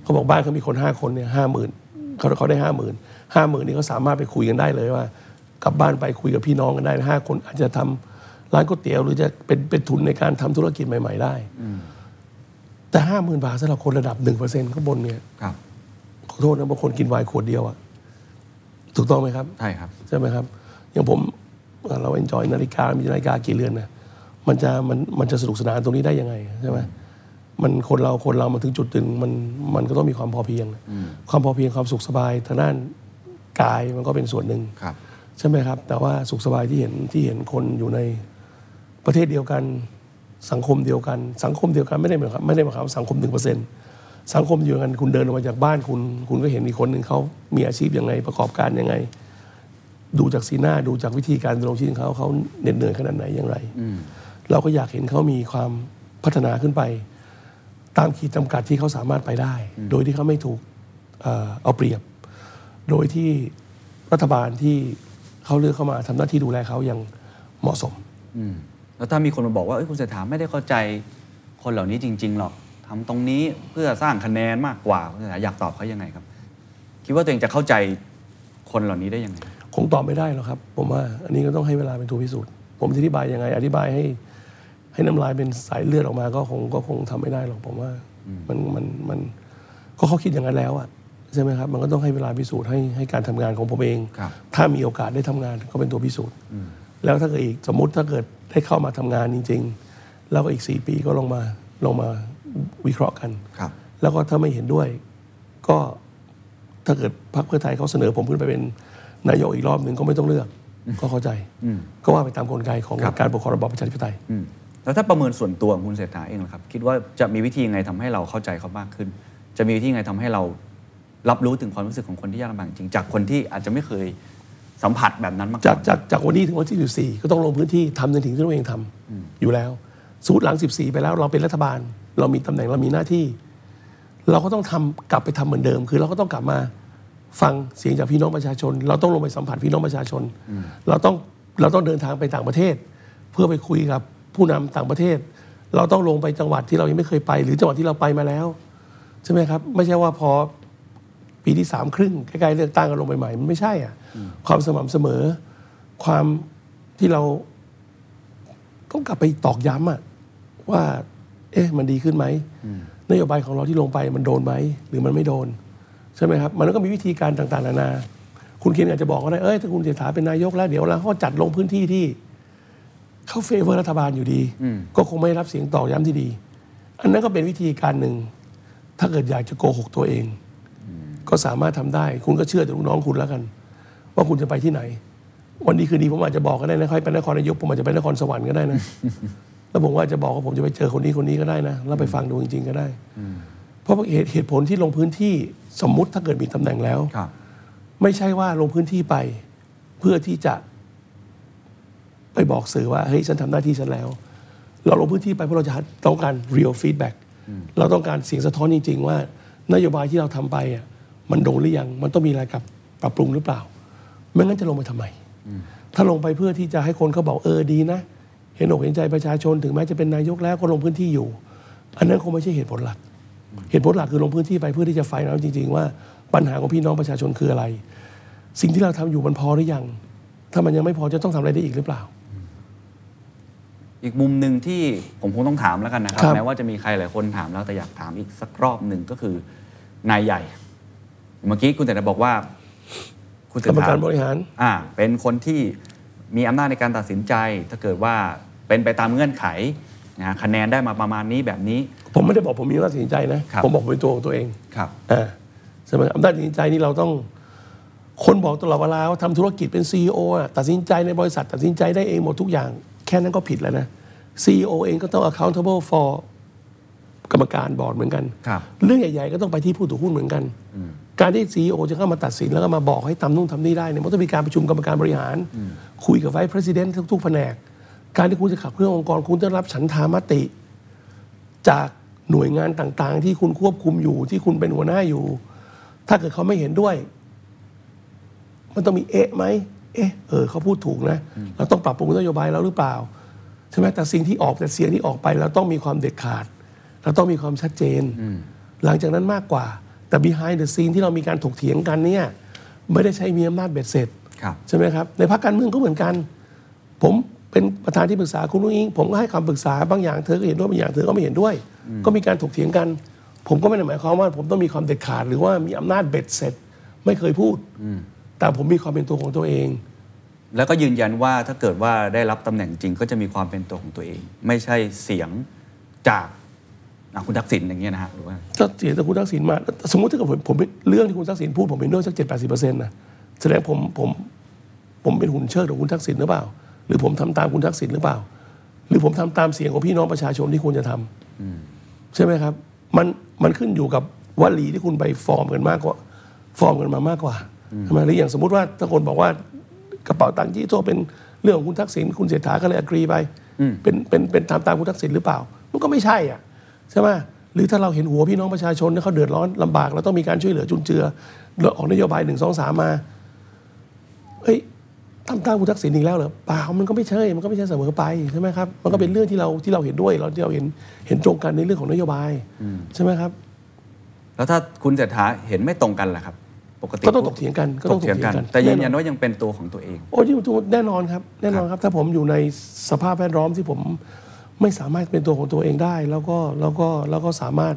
B: เขาบอกบ้านเขามีคนห้าคนเนี่ยห้าหมื่นเขาเขาได้ห้าหมื่นห้าหมื่นนี่เขาสามารถไปคุยกันได้เลยว่า กลับบ้านไปคุยกับพี่น้องกันได้ห้าคนอาจจะทำร้านก๋วยเตี๋ยวหรือจะเป็นเป็นทุนในการทำธุรกิจใหม่ ๆ ได้ แต่ห้าหมื่นบาทสำหรับคนระดับหนึ่งเปอร์เซ็นต์ข้างบนเนี่ย
C: ครับ
B: ขอโทษนะบางคนกินไวน์ขวดเดียวอะถูกต้องไหมครับ
C: ใช่ครับ
B: ใช่ไหมครับ อย่างผมเอ่อเราเอนจอยนาฬิกา มีนาฬิกากี่เรือนนะมันจะมันมันจะสนุกสนานตรงนี้ได้ยังไงใช่ไหมมันคนเราคนเรามาถึงจุดหนึ่งมันมันก็ต้องมีความพอเพียง ความพอเพียงความสุขสบายทางด้านกายมันก็เป็นส่วนหนึ่ง
C: ครับ
B: ใช่ไหมครับ แต่ว่าสุขสบายที่เห็นที่เห็นคนอยู่ในประเทศเดียวกัน สังคมเดียวกัน สังคมเดียวกันไม่ได้หมายความไม่ได้หมายความว่าสังคมหนึ่งเปอร์เซ็นสังคมเดียวกันคุณเดินออกมาจากบ้านคุณ คุณก็เห็นอีกคนหนึ่งเขามีอาชีพยังไงประกอบการยังไง ดูจากสีหน้าดูจากวิธีการดำรงชีพของเขาเขาเหน็ดเหนื่อยขนาดไหนอย่างไรเราก็อยากเห็นเขามีความพัฒนาขึ้นไป ตามขีดจำกัดที่เขาสามารถไปได้ โดยที่เขาไม่ถูกเอ่อเอาเปรียบ โดยที่รัฐบาลที่เขาเลือกเข้ามาทำหน้าที่ดูแลเขาอย่างเหมาะสม
C: อืมแล้วถ้ามีคนมาบอกว่าเอ้ยคุณเศรษฐาไม่ได้เข้าใจคนเหล่านี้จริง ๆ หรอกทำตรงนี้เพื่อสร้างคะแนนมากกว่าคุณเศรษฐาอยากตอบเขายังไงครับ คิดว่าตัวเองจะเข้าใจคนเหล่านี้ได้ยังไง
B: คงตอบไม่ได้หรอกครับ ผมว่าอันนี้ก็ต้องให้เวลาเป็นตัวพิสูจน์ผมจะอธิบายยังไง อธิบายให้ ให้น้ำลายเป็นสายเลือดออกมาก็คงก็คงทำไม่ได้หรอกผมว่ามันมันมันก็เขาคิดอย่างนั้นแล้วอะใช่ไหมครับ มันก็ต้องให้เวลาพิสูจน์ให้ให้การทำงานของผมเอง
C: ครับ
B: ถ้ามีโอกาสได้ทำงานก็เป็นตัวพิสูจน์แล้วถ้าเกิดอีกสมมติถ้าเกิดได้เข้ามาทำงานจริง ๆ แล้วก็อีกสี่ปีก็ลงมาลงมาวิเคราะห์กัน
C: ครับ
B: แล้วก็ถ้าไม่เห็นด้วย ก็ถ้าเกิดพรรคเพื่อไทยเขาเสนอผมขึ้นไปเป็นนายกอีกรอบหนึ่งก็ไม่ต้องเลือก ก็เข้าใจก็ว่าไปตามกลไกของ
C: ครับ
B: การปกครองระบอบประชาธิปไตย
C: อืมแล้วถ้าประเมินส่วนตัวของคุณเศรษฐาเองล่ะครับ คิดว่าจะมีวิธียังไงทำให้เราเข้าใจเขามากขึ้น จะมีวิธียังไงทำให้เรารับรู้ถึงความรู้สึกของคนที่ยากลำบากจริงจากคนที่อาจจะไม่เคยสัมผัสแบบนั้นมาก่อน
B: จากจากจากวันนี้ถึงวันที่ 14 ก็ต้องลงพื้นที่ทำในสิ่งที่ตัวเองทำอยู่แล้วสมมติหลัง 14 ไปแล้วเราเป็นรัฐบาล เรามีตำแหน่งเรามีหน้าที่ เราก็ต้องทำกลับไปทำเหมือนเดิม คือเราก็ต้องกลับมาฟังเสียงจากพี่น้องประชาชน เราต้องลงไปสัมผัสพี่น้องประชาชน เราต้องเราต้องเดินทางไปต่างประเทศ เพื่อไปคุยกับผู้นำต่างประเทศ เราต้องลงไปจังหวัดที่เรายังไม่เคยไป หรือจังหวัดที่เราไปมาแล้วใช่ไหมครับไม่ใช่ว่าพอ ปีที่สามครึ่งใกล้ๆเลือกตั้งกันลงใหม่ๆมันไม่ใช่อ่ะความสม่ำเสมอ ความที่เราต้องกลับไปตอกย้ำอ่ะว่า เอ๊ะมันดีขึ้นไหมนโยบายของเราที่ลงไปมันโดนไหมหรือมันไม่โดน ใช่ไหมครับ มันก็มีวิธีการต่างๆนานา คุณเคนอาจจะบอกก็ได้เอ้ยถ้าคุณเศรษฐาเป็นนายกแล้วเดี๋ยวเราก็จัดลงพื้นที่ที่ เข้าเฟเวอร์รัฐบาลอยู่ดี ก็คงไม่รับเสียงตอกย้ำที่ดี อันนั้นก็เป็นวิธีการหนึ่ง ถ้าเกิดอยากจะโกหกตัวเอง ก็สามารถทำได้ คุณก็เชื่อแต่ลูกน้องคุณแล้วกัน ว่าคุณจะไปที่ไหน วันนี้คืนนี้ผมอาจจะบอกก็ได้นะใครไปนครนายกผมอาจจะไปนครสวรรค์ก็ได้นะ แล้วผมว่าจะบอกว่าผมจะไปเจอคนนี้คนนี้ก็ได้นะแล้วไปฟังดูจริง ๆ ก็ได้ เพราะเหตุเหตุผลที่ลงพื้นที่สมมุติถ้าเกิดมีตำแหน่งแล้ว
C: ครับ
B: ไม่ใช่ว่าลงพื้นที่ไป เพื่อที่จะไปบอกสื่อว่าเฮ้ยฉันทำหน้าที่ฉันแล้ว เราลงพื้นที่ไปเพราะเราจะหาต้องการ real feedback เราต้องการเสียงสะท้อนจริง ๆ ว่านโยบายที่เราทำไปอ่ะมันโดนหรือยังมันต้องมีอะไรกลับปรับปรุงหรือเปล่า ไม่งั้นจะลงไปทำไม ถ้าลงไปเพื่อที่จะให้คนเขาบอกเออดีนะ เห็นอกเห็นใจประชาชนถึงแม้จะเป็นนายกแล้วก็ลงพื้นที่อยู่ อันนั้นคงไม่ใช่เหตุผลหลัก เหตุผลหลักคือลงพื้นที่ไปเพื่อที่จะไฟแล้วจริง ๆ ว่าปัญหาของพี่น้องประชาชนคืออะไร สิ่งที่เราทำอยู่มันพอหรือยัง ถ้ามันยังไม่พอจะต้องทำอะไรได้อีกหรือเปล่า
C: อีกมุมหนึ่งที่ผมคงต้องถามแล้วกันนะครับ
B: ครับ
C: แม้ว่าจะมีใครหลายคนถามแล้วแต่อยากถามอีกสักรอบหนึ่งก็คือนายใหญ่ เมื่อกี้คุณแต่ละบอกว่า คุณ
B: กรรม
C: เศษ
B: การบริหาร
C: อ่า เป็นคนที่มีอำนาจในการตัดสินใจ ถ้าเกิดว่าเป็นไปตามเงื่อนไขนะฮะคะแนนได้มาประมาณนี้แบบนี้
B: ผมไม่ได้บอกผมมีอำนาจตัดสินใจนะ
C: ครับ
B: ผมบอกผมเป็นตัวของตัวเอง
C: ครับ
B: อ่าใช่ไหมอำนาจตัดสินใจนี่เราต้อง คนบอกตลอดเวลาว่าทำธุรกิจเป็นซีออะตัดสินใจในบริษัทตัดสินใจได้เองหมดทุกอย่าง แค่นั้นก็ผิดแล้วนะซีอเองก็ต้อง accountable for กรรมการบอร์ดเหมือนกัน
C: ครับ
B: เรื่องใหญ่ ๆ ก็ต้องไปที่ผู้ถือหุ้นเหมือนกัน การที่ซีอจะเข้ามาตัดสินแล้วก็มาบอกให้ทำนู่นทำนี่ได้เนี่ยมันต้องมีการประชุมกรรมการบริหาร คุยกับไว c ์ประธานทุกๆแผนก การที่คุณจะขับเคลื่อนองค์กรคุณต้องรับฉันทามติ จากหน่วยงานต่างๆ ที่คุณควบคุมอยู่ที่คุณเป็นหัวหน้าอยู่ ถ้าเกิดเขาไม่เห็นด้วย มันต้องมีเอ๊ะไหม เอ๊ะ เออ เขาพูดถูกนะ เราต้องปรับปรุงนโยบายแล้วหรือเปล่า ใช่ไหมแต่สิ่งที่ออกแต่เสียงที่ออกไปเราต้องมีความเด็ดขาด เราต้องมีความชัดเจน หลังจากนั้นมากกว่า แต่ behind the scene ที่เรามีการถกเถียงกันเนี่ย ไม่ได้ใช้มีอำนาจเบ็ดเสร็จ
C: ครับ
B: ใช่ไหมครับ ในพรรคการเมืองก็เหมือนกัน ผมเป็นประธานที่ปรึกษาคุณลุงอิง ผมก็ให้คำปรึกษาบางอย่างเธอก็เห็นด้วยบางอย่างเธอก็ไม่เห็นด้วย ก็มีการถกเถียงกัน ผมก็ไม่ได้หมายความว่า ผมต้องมีความเด็ดขาด หรือว่ามีอำนาจเบ็ดเสร็จ ไม่เคยพูด แต่ผมมีความเป็นตัวของตัวเอง
C: แล้วก็ยืนยันว่าถ้าเกิดว่าได้รับตำแหน่งจริงก็จะมีความเป็นตัวของตัวเอง ไม่ใช่เสียงจากอ่ะคุณทักษิณอย่างเงี้ยนะฮะหรือว่า
B: ถ้าเสียงจากคุณทักษิณมา สมมติถ้าเกิดผมผมเรื่องที่คุณทักษิณพูดผมเห็นด้วยสักเจ็ดแปดสิบเปอร์เซ็นต์นะแสดงผมผมผมเป็นหุ่นเชิดของคุณทักษิณหรือเปล่า หรือผมทำตามคุณทักษิณหรือเปล่า หรือผมทำตามเสียงของพี่น้องประชาชนที่ควรจะทำใช่ไหมครับ มันมันขึ้นอยู่กับวลีที่คุณไปฟอร์มกันมากกว่าฟอร์มกันมามากกว่าใช่ไหมหรืออย่างสมมุติว่าถ้าคนบอกว่ากระเป๋าตังค์ที่โตเป็นเรื่องของคุณทักษิณคุณเศรษฐาก็เลยอกรีไปเป็นเป็นเป็นตามตามคุณทักษิณหรือเปล่า มันก็ไม่ใช่อ่ะ ใช่ไหมหรือถ้าเราเห็นหัวพี่น้องประชาชนเนี่ยเขาเดือดร้อนลำบากเราต้องมีการช่วยเหลือจุนเจือเราออกนโยบายหนึ่งสองสามมา เอ้ยตามตามคุณทักษิณอีกแล้วเหรอเปล่ามันก็ไม่ใช่มันก็ไม่ใช่เสมอไปใช่ไหมครับ มันก็เป็นเรื่องที่เราที่เราเห็นด้วยเราที่เราเห็นเห็นตรงกันในเรื่องของนโยบายใช่ไหมครับ
C: แล้วถ้าคุณเศรษฐาเห็นไม่ตรงกันล่ะครับ ปกติ
B: ก็ต้องถกเถียงกันก็ต้อง
C: ถกเถียงกั
B: ถ
C: น
B: กเถียงกัน
C: แต่ยืนยันว่ายังเป็นตัวของตัวเอง
B: โอ้ยแน่นอนครับ แน่นอนครับ ถ้าผมอยู่ในสภาพแวดล้อมที่ผมไม่สามารถเป็นตัวของตัวเองได้ แล้วก็แล้วก็แล้วก็สามารถ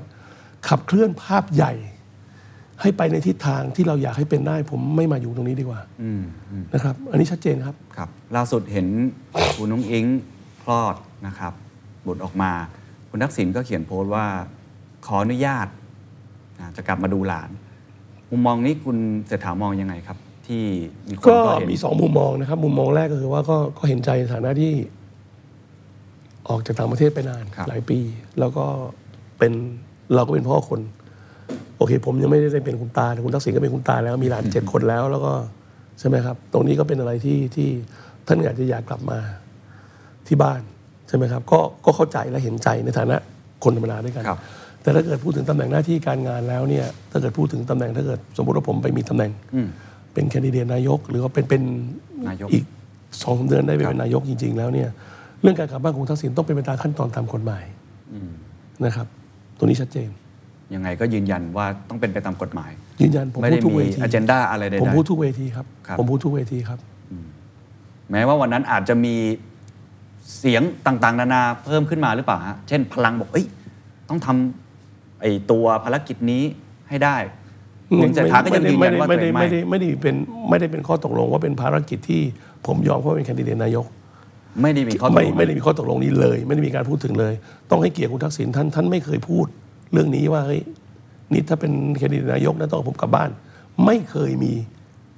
B: ขับเคลื่อนภาพใหญ่ ให้ไปในทิศทางที่เราอยากให้เป็นได้ ผมไม่มาอยู่ตรงนี้ดีกว่านะครับ อันนี้ชัดเจนครับ
C: ครับล่าสุดเห็นคุณนุ้งอิงคลอดนะครับบุตรออกมา คุณทักษิณก็เขียนโพสต์ว่าขออนุญาตนะจะกลับมาดูหลาน มุมมองนี้คุณเศรษฐามองยังไงครับ ที่มีคน
B: ก็
C: ก็เห็น
B: มีสองมุมมองนะครับ มุมมองแรกก็คือว่าก็ก็เห็นใจในฐานะที่ ออกจากต่างประเทศไปนานหลายปี แล้วก็เป็นเราก็เป็นพ่อคน โอเค ผมยังไม่ได้เป็นคุณตาแต่คุณทักษิณก็เป็นคุณตาแล้ว มีหลานเจ็ดคนแล้ว แล้วก็ใช่ไหมครับ ตรงนี้ก็เป็นอะไรที่ที่ท่านอาจจะอยากกลับมาที่บ้านใช่ไหมครับ ก็ก็เข้าใจและเห็นใจในฐานะคนธรรมดาด้วยกัน แต่ถ้าเกิดพูดถึงตำแหน่งหน้าที่การงานแล้วเนี่ย ถ้าเกิดพูดถึงตำแหน่งถ้าเกิดสมมติว่าผมไปมีตำแหน่งเป็นแคนดิเดตนายก หรือว่าเป็นเป็น
C: นายก
B: อีก สองสามเดือนได้ไปเป็นนายกจริง ๆ แล้วเนี่ยเรื่องการกลับบ้านของทักษิณต้องเป็นไปตามขั้นตอนตามกฎหมายนะครับ ตัวนี้ชัดเจน
C: ยังไงก็ยืนยันว่าต้องเป็นไปตามกฎหมาย
B: ยืนยันผมพู
C: ไม่ได้
B: ดทุก
C: มี
B: เวที
C: agenda อะไรใดๆ
B: ผมพูดทุกเวทีครับ
C: ครับ
B: ผมพูดทุกเวทีครับ
C: แม้ว่าวันนั้นอาจจะมีเสียงต่างๆ นานาเพิ่มขึ้นมาหรือเปล่าฮะ เช่นพลังบอกเอ้ยต้องทำไอ้ตัวภารกิจนี้ให้ได้คุณเศรษฐาก็ยังยืนยันว่าตั
B: ไม่
C: วเอ
B: ได้
C: ง
B: ไม่
C: ไม่
B: ได้ไม่ได้เป็นไม่ได้เป็นข้อตกลงว่าเป็นภารกิจที่ผมยอมเพราะเป็นแคนดิเดตนายก
C: ไม่ได้มีข้อตกล
B: ไม่
C: ง
B: ไม่ได้มีข้อตกลงนี้เลย ไม่ได้มีการพูดถึงเลย ต้องให้เกียรติคุณทักษิณท่านท่านไม่เคยพูด เรื่องนี้ว่าเฮ้ยนี่ถ้าเป็นแคนดิเดตนายกนะต้องเอาผมกลับบ้าน ไม่เคยมี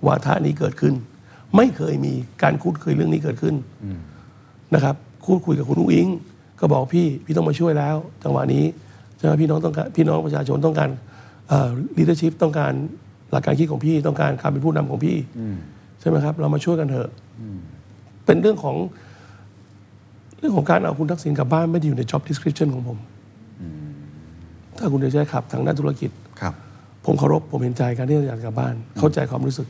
B: วาทะนี้เกิดขึ้น ไม่เคยมีการพูดคุยเรื่องนี้เกิดขึ้นนะครับพูดคุยกับคุณอุ้งอิง ก็บอกพี่พี่ต้องมาช่วยแล้ว จังหวะนี้ใช่ไหมพี่น้องต้องการพี่น้องประชาชนต้องการลีดเดอร์ชิพต้องการหลักการคิดของพี่ต้องการการเป็นผู้นำของพี่ใช่ไหมครับ เรามาช่วยกันเถอะเป็นเรื่องของ เรื่องของการเอาคุณทักษิณกลับบ้านไม่ได้อยู่ใน job description ของผม ถ้าคุณจะใช้ขับทางด้านธุรกิจ
C: ครับ
B: ผมเคารพผมเห็นใจการที่อยากกลับบ้าน เข้าใจความรู้สึก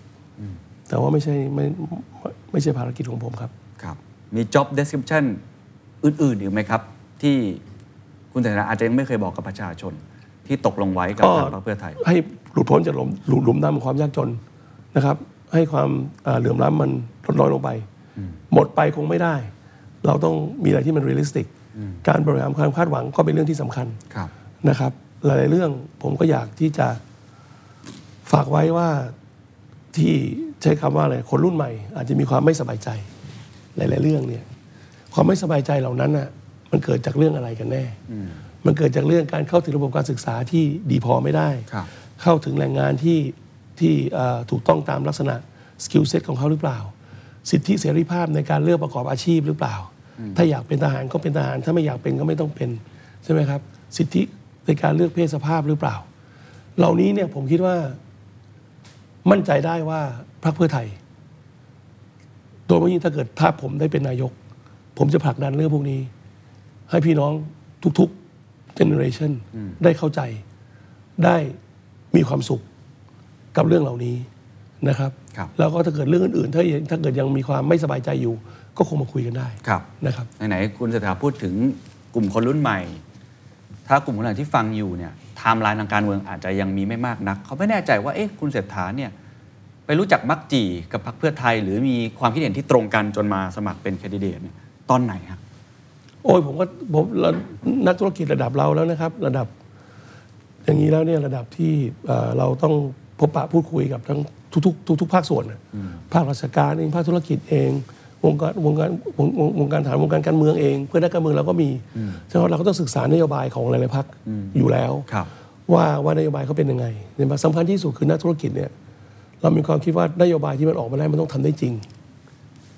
B: แต่ว่าไม่ใช่ไม่ไม่ไม่ใช่ภารกิจของผมครับ
C: ครับ มี job description อื่นๆอีกไหมครับ ที่คุณเศรษฐาอาจจะยังไม่เคยบอกกับประชาชน ที่ตกลงไว้กับ
B: ก็
C: ทางพรรคเพื่อไทย
B: ให้หลุดพ้นจากหลุมหลุมหลุมดำของความยากจนนะครับ ให้ความเอ่อเหลื่อมล้ำมันลดน้อยลงไป หมดไปคงไม่ได้ เราต้องมีอะไรที่มันเรียลลิสติก การบริหารความคาดหวังก็เป็นเรื่องที่สำคัญ
C: ครับ
B: นะครับหลายๆเรื่องผมก็อยากที่จะฝากไว้ว่าที่ใช้คำว่าอะไรคนรุ่นใหม่ อาจจะมีความไม่สบายใจ หลาย ๆ เรื่องเนี่ยความไม่สบายใจเหล่านั้นน่ะมันเกิดจากเรื่องอะไรกันแน่ มันเกิดจากเรื่องการเข้าถึงระบบการศึกษาที่ดีพอไม่ได้
C: ครับ
B: เข้าถึงแรงงานที่ที่เอ่อถูกต้องตามลักษณะสกิลเซ็ตของเขาหรือเปล่า สิทธิเสรีภาพในการเลือกประกอบอาชีพหรือเปล่า ถ้าอยากเป็นทหารก็เป็นทหาร ถ้าไม่อยากเป็นก็ไม่ต้องเป็นใช่ไหมครับ สิทธิในการเลือกเพศสภาพหรือเปล่า เหล่านี้เนี่ยผมคิดว่ามั่นใจได้ว่าพรรคเพื่อไทย โดยเฉพาะยิ่งถ้าเกิดถ้าผมได้เป็นนายก ผมจะผลักดันเรื่องพวกนี้ ให้พี่น้องทุกๆเจเนอเรชันได้เข้าใจ ได้มีความสุขกับเรื่องเหล่านี้นะครับ
C: ครับ
B: แล้วก็ถ้าเกิดเรื่องอื่นๆถ้ายังถ้าเกิดยังมีความไม่สบายใจอยู่ ก็คงมาคุยกันได้
C: ครับ
B: นะครับ
C: ไหนๆคุณเศรษฐาพูดถึงกลุ่มคนรุ่นใหม่ ถ้ากลุ่มคนรุ่นใหม่ที่ฟังอยู่เนี่ยไทม์ไลน์ทางการเมืองอาจจะยังมีไม่มากนัก เขาไม่แน่ใจว่าเอ๊ะคุณเศรษฐาเนี่ยไปรู้จักมักจีกับพรรคเพื่อไทย หรือมีความคิดเห็นที่ตรงกันจนมาสมัครเป็นแคนดิเดตเนี่ยตอนไหนฮะ
B: โอ้ยผมก็ผมระนักธุรกิจระดับเราแล้วนะครับ ระดับ อย่างนี้แล้วเนี่ยระดับที่เอ่อเราต้องพบปะพูดคุยกับทั้งทุกๆทุกๆภาคส่วนน่ะภาคราชการเองภาคธุรกิจเอง วงการวงการวงวงวงการฐานวงการการเมืองเอง เพื่อนนักการเมืองเราก็มีใช่ไหมเราก็ต้องศึกษานโยบายของหลายๆพักอยู่แล้ว
C: ครับ
B: ว่าว่านโยบายเขาเป็นยังไงเนี่ยสำคัญที่สุดคือนักธุรกิจเนี่ยเรามีความคิดว่านโยบายที่มันออกมาได้มันต้องทำได้จริง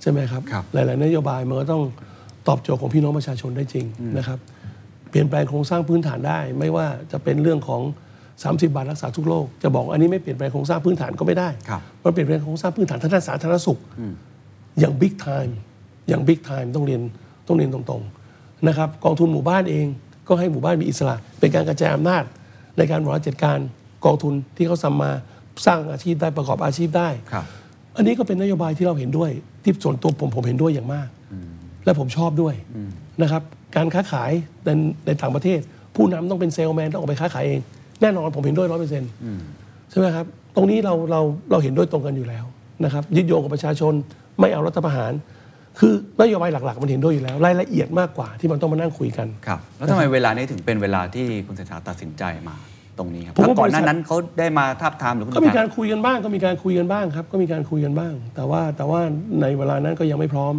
B: ใช่ไหมครับ
C: ครับ
B: หลาย ๆ นโยบายมันก็ต้องตอบโจทย์ของพี่น้องประชาชนได้จริงนะครับ เปลี่ยนแปลงโครงสร้างพื้นฐานได้ ไม่ว่าจะเป็นเรื่องของ 30 บาทรักษาทุกโรคจะบอกอันนี้ไม่เปลี่ยนแปลงโครงสร้างพื้นฐานก็ไม่ได้
C: ครับ
B: มันเปลี่ยนแปลงโครงสร้างพื้นฐานทางด้านสาธารณสุข อย่างบิ๊กไทม์อย่างบิ๊กไทม์ต้องเรียนต้องเรียนตรงๆนะครับกองทุนหมู่บ้านเองก็ให้หมู่บ้านมีอิสระ เป็นการกระจายอำนาจในการบริหารจัดการกองทุนที่เขาทำมาสร้างอาชีพได้ประกอบอาชีพได้
C: ครับ
B: อันนี้ก็เป็นนโยบายที่เราเห็นด้วย ที่ส่วนตัวผมผมเห็นด้วยอย่างมาก และผมชอบด้วยนะครับ การค้าขายในในต่างประเทศ ผู้นำต้องเป็นเซลแมนต้องออกไปค้าขายเอง แน่นอนผมเห็นด้วยร้อยเปอร์เซ็นต์ใช่ไหมครับ ตรงนี้เราเราเราเห็นด้วยตรงกันอยู่แล้วนะครับยึดโยงกับประชาชนไม่เอารัฐประหาร คือนโยบายหลัก ๆ มันเห็นด้วยอยู่แล้ว รายละเอียดมากกว่าที่มันต้องมานั่งคุยกัน
C: ครับ แล้วทำไมเวลานี้ถึงเป็นเวลาที่คุณเศรษฐาตัดสินใจมาตรงนี้ครับ
B: ผม
C: ถ้า
B: ว่า
C: ก่อนหน้า
B: บริษัท
C: นั้นเขาได้มาทาบทามหรือคุณ
B: ก็มีการ
C: เศษฐ
B: คุยกันบ้างก็มีการคุยกันบ้างครับ ก็มีการคุยกันบ้าง แต่ว่าแต่ว่าในเวลานั้นก็ยังไม่พร้อม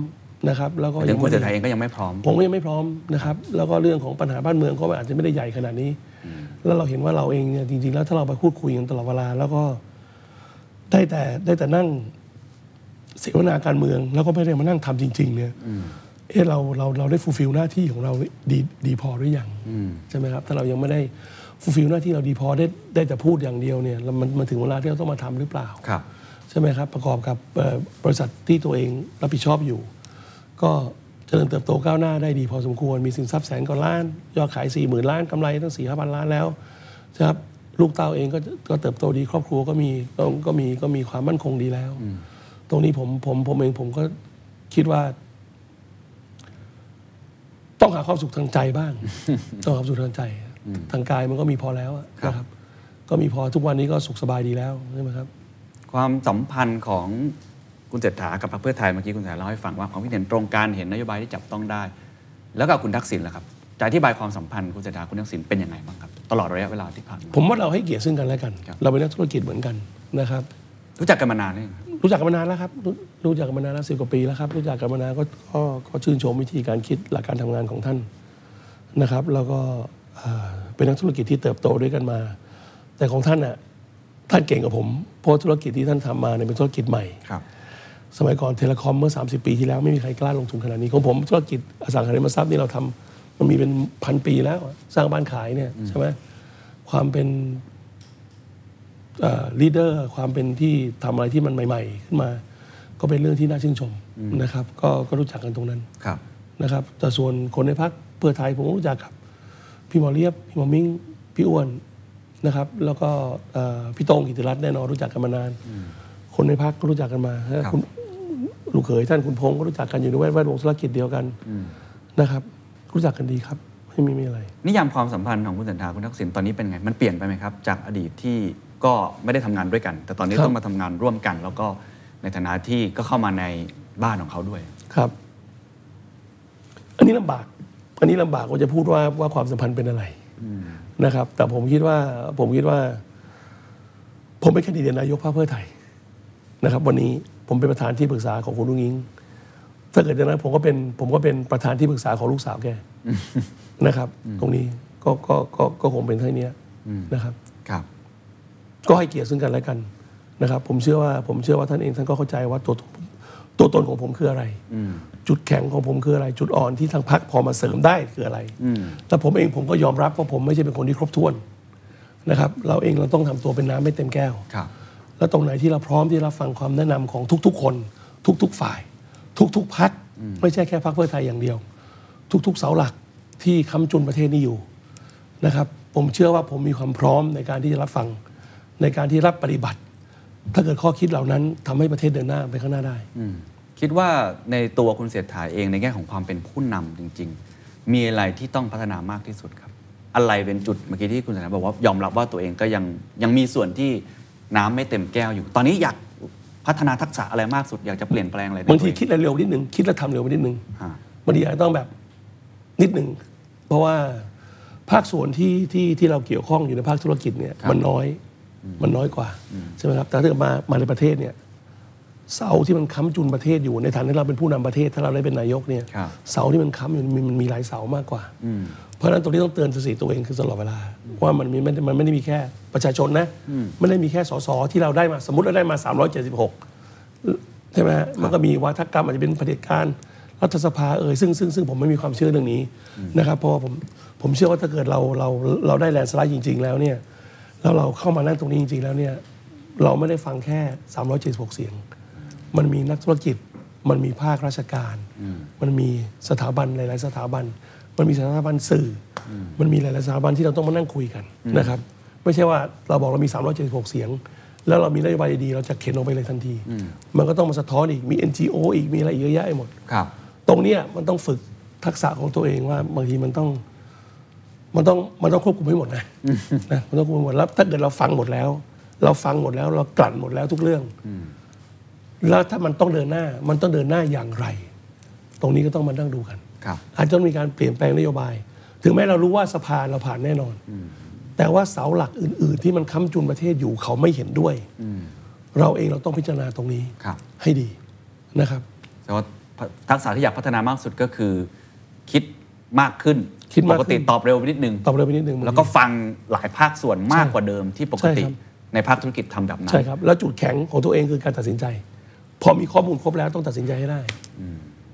B: นะครับ แล้วก็
C: แต่ถึ
B: ยัง ง
C: คุ
B: ไม่
C: ณเศรษ
B: ได้
C: ฐาเองก็ยังไม่พร้อม
B: ผมก็ยังไม่พร้อมนะครับ แล้วก็เรื่องของปัญหาบ้านเมืองก็อาจจะไม่ได้ใหญ่ขนาดนี้ แล้วเราเห็นว่าเราเองเนี่ยจริงๆ แล้วถ้าเราไปพูดคุยกันตลอดเวลา แล้วก็ ได้แต่ได้แต่นั่งเสวนาการเมือง แล้วก็ไม่ได้มานั่งทำจริง ๆ เนี่ยเอะเราเราเราได้ฟูลฟิลหน้าที่ของเราดีดีพอหรือยังใช่ไหมครับถ้าเรายังไม่ได้ฟูลฟิลหน้าที่เราดีพอได้ได้แต่พูดอย่างเดียวเนี่ยแล้วมันมันถึงเวลาที่เราต้องมาทำหรือเปล่า
C: ครับ
B: ใช่ไหมครับ ประกอบกับเอ่อบริษัทที่ตัวเองรับผิดชอบอยู่ ก็เจริญเติบโตก้าวหน้าได้ดีพอสมควรมีสินทรัพย์แสนกว่าล้าน ยอดขาย4ี่หมื่นล้านกำไรตั้งสี่ห้าพันล้านแล้วนะครับลูกเต้าเองก็ก็เติบโตดีครอบครัวก็มีก็ก็มีก็มีความมั่นคงดีแล้ว ตรงนี้ผมผมผมเองผมก็คิดว่า ต้องหาความสุขทางใจ บ้าง ต้องหาความสุขทางใจ ทางกายมันก็มีพอแล้วอะ
C: ครับ
B: นะครับ ก็มีพอทุกวันนี้ก็สุขสบายดีแล้วใช่ไหมครับ
C: ความสัมพันธ์ของคุณเศรษฐากับพรรคเพื่อไทยเมื่อกี้คุณเศรษฐาเล่าให้ฟังว่าความคิดเห็นตรงกันเห็นนโยบายที่จับต้องได้ แล้วกับคุณทักษิณล่ะครับจะอธิบายความสัมพันธ์คุณเศรษฐาคุณทักษิณเป็นยังไงบ้างครับตลอดระยะเวลาที่ผ่านมา
B: ผมว่าเราให้เกียรติซึ่งกันและกัน
C: ครับ
B: เราเป็นนักธุรกิจเหมือนกันนะครับ
C: รู้จักกันมานานหรือยังครับ
B: รู้จักกันมานานแล้วครับรู้รู้จักกันมานานแล้วสิบกว่าปีแล้วครับ รู้จักกันมานานก็ก็ก็ชื่นชมวิธีการคิดหลักการทำงานของท่านนะครับ แล้วก็เอ่อเป็นนักธุรกิจที่เติบโตด้วยกันมา แต่ของท่านอ่ะท่านเก่งกว่าผมเพราะธุรกิจที่ท่านทำมาเนี่ยเป็นธุรกิจใหม่ สมัยก่อนเทเลคอมเมื่อ 30 ปีที่แล้วไม่มีใครกล้าลงทุนขนาดนี้ของผมธุรกิจอสังหาริมทรัพย์นี่เราทำมันมีเป็นพันปีแล้วอะสร้างบ้านขายเนี่ยใช่ไหมความเป็นลีดเดอร์ความเป็นที่ทำอะไรที่มันใหม่ ๆ ขึ้นมา ก็เป็นเรื่องที่น่าชื่นชมนะครับ ก็ก็รู้จักกันตรงนั้น
C: ครับ
B: นะครับ แต่ส่วนคนในพักเพื่อไทยผมก็รู้จักกับ พี่หมอเรียบ พี่หมอมิ้ง พี่อ้วนนะครับ แล้วก็เอ่อพี่โตงกิติรัตน์แน่นอนรู้จักกันมานาน คนในพักก็รู้จักกันมา
C: ครับ
B: ณลูกเขยท่านคุณพงศ์ก็รู้จักกันอยู่ในแวดแวดวงธุรกิจเดียวกันนะครับ รู้จักกันดีครับ ไม่มีไม่อะไร
C: นิยามความสัมพันธ์ของคุณเศรษฐาคุณทักษิณตอนนี้เป็นไงมันเปลี่ยนไปไหมครับจากอดีตที่ก็ไม่ได้ทำงานด้วยกัน แต่ตอนนี้
B: ครับ
C: ต้องมาทำงานร่วมกัน แล้วก็ในฐานะที่ก็เข้ามาในบ้านของเขาด้วย
B: ครับ อันนี้ลำบาก อันนี้ลำบากว่าจะพูดว่าว่าความสัมพันธ์เป็นอะไรนะครับ แต่ผมคิดว่า ผมคิดว่า ผมเป็นแคนดิเดตนายกพรรคเพื่อไทยนะครับ วันนี้ผมเป็นประธานที่ปรึกษาของคุณลุงยิง ถ้าเกิดจากนั้นผมก็เป็น ผมก็เป็นประธานที่ปรึกษาของลูกสาวแกนะครับ ตรงนี้ก็ก็ก็ก็คงเป็นเท่านี้นะครับ
C: ครับ
B: ก็ให้เกียรติซึ่งกันและกันนะครับ ผมเชื่อว่าผมเชื่อว่าท่านเองท่านก็เข้าใจว่าตัวตนตัวตนของผมคืออะไรจุดแข็งของผมคืออะไร จุดอ่อนที่ทางพักพอมาเสริมได้คืออะไรแต่ผมเองผมก็ยอมรับว่าผมไม่ใช่เป็นคนที่ครบถ้วนนะครับ เราเองเราต้องทำตัวเป็นน้ำไม่เต็มแก้ว
C: ครับ
B: แล้วตรงไหนที่เราพร้อมที่จะรับฟังความแนะนำของทุก ๆ คน ทุก ๆ ฝ่าย ทุก ๆพักไม่ใช่แค่พักเพื่อไทยอย่างเดียว ทุก ๆ เสาหลักที่ค้ำจุนประเทศนี้อยู่นะครับ ผมเชื่อว่าผมมีความพร้อมในการที่จะรับฟังในการที่รับปฏิบัติ ถ้าเกิดข้อคิดเหล่านั้นทำให้ประเทศเดินหน้าไปข้างหน้าได้
C: คิดว่าในตัวคุณเศรษฐาเองในแง่ของความเป็นผู้นำจริง ๆ มีอะไรที่ต้องพัฒนามากที่สุดครับ อะไรเป็นจุดเมื่อกี้ที่คุณเศรษฐาบอกว่ายอมรับว่าตัวเองก็ยังยังมีส่วนที่น้ำไม่เต็มแก้วอยู่ ตอนนี้อยากพัฒนาทักษะอะไรมากสุดอยากจะเปลี่ยนแปลงอะไรใน
B: บางที
C: ตัวเอ
B: คิดเร็วๆนิดนึงคิดแล้วทำเร็วไปนิดนึง
C: ฮะ
B: บางทีอาจจะต้องแบบนิดหนึ่ง เพราะว่าภาคส่วนที่ที่ที่เราเกี่ยวข้องอยู่ในภาคธุรกิจเนี่ยมันน้อยมันน้อยกว่าใช่ไหมครับแต่ถ้าเกิดมามาในประเทศเนี่ยเสาที่มันค้ำจุนประเทศอยู่ในฐานะที่เราเป็นผู้นำประเทศ ถ้าเราได้เป็นนายกเนี่ย
C: ครับ
B: เสาที่มันค้ำอยู่มันมันมีหลายเสามากกว่า เพราะฉะนั้นตรงนี้ต้องเตือนสติตัวเองคือตลอดเวลา ว่ามันมีมันมันไม่ได้มีแค่ประชาชนนะไม่ได้มีแค่สสที่เราได้มาสมมติเราได้มา 376 ใช่ไหมฮะมันก็มีวาทกรรมอาจจะเป็นเผด็จการรัฐสภาเอ่ยซึ่งซึ่งซึ่งผมไม่มีความเชื่อเรื่องนี้นะครับ เพราะว่าผมผมเชื่อว่าถ้าเกิดเราเราเราได้แลนด์สไลด์จริง ๆ แล้วเนี่ยแล้วเราเข้ามานั่งตรงนี้จริง ๆ แล้วเนี่ยเราไม่ได้ฟังแค่ 376 เสียง มันมีนักธุรกิจ มันมีภาคราชการ มันมีสถาบันหลาย ๆ สถาบัน มันมีสถาบันสื่ออมันมีหลายๆสถาบันที่เราต้องมานั่งคุยกันนะครับ ไม่ใช่ว่าเราบอกเรามี 376 เสียง แล้วเรามีนโยบายดีๆเราจะเข็นออกไปเลยทันที มันก็ต้องมาสะท้อนอีกมี NGO อีกมีอะไรอีกเยอะแยะไปหมด
C: ครับ
B: ตรงเนี้ยมันต้องฝึกทักษะของตัวเองว่าบางทีมันต้อง มันต้องมันต้องควบคุมให้หมดนะนะมันต้องควบคุมให้หมดแล้วถ้าเกิดเราฟังหมดแล้ว เราฟังหมดแล้ว เรากลั่นหมดแล้วทุกเรื่องแล้วถ้ามันต้องเดินหน้า มันต้องเดินหน้าอย่างไร ตรงนี้ก็ต้องมานั่งดูกัน
C: ครับ
B: อาจจะต้องมีการเปลี่ยนแปลงนโยบาย ถึงแม้เรารู้ว่าสภาเราผ่านแน่นอน แต่ว่าเสาหลักอื่น ๆ ที่มันค้ำจุนประเทศอยู่เขาไม่เห็นด้วย เราเองเราต้องพิจารณาตรงนี้
C: ครับ
B: ให้ดีนะครับ
C: แต่ว่าทักษะที่อยากพัฒนามากสุดก็คือ คิดมากขึ้น
B: คิดมากขึ้น
C: ปกติตอบเร็วไปนิดนึง
B: ตอบเร็วไปนิดนึงบางที
C: แล้วก็ฟังหลายภาคส่วนมากกว่าเดิมที่ปกติ
B: ใช่ครับ
C: ในภาคธุรกิจทำแบบนั้น
B: ใช่ครับ แล้วจุดแข็งของตัวเองคือการตัดสินใจ พอมีข้อมูลครบแล้วต้องตัดสินใจให้ได้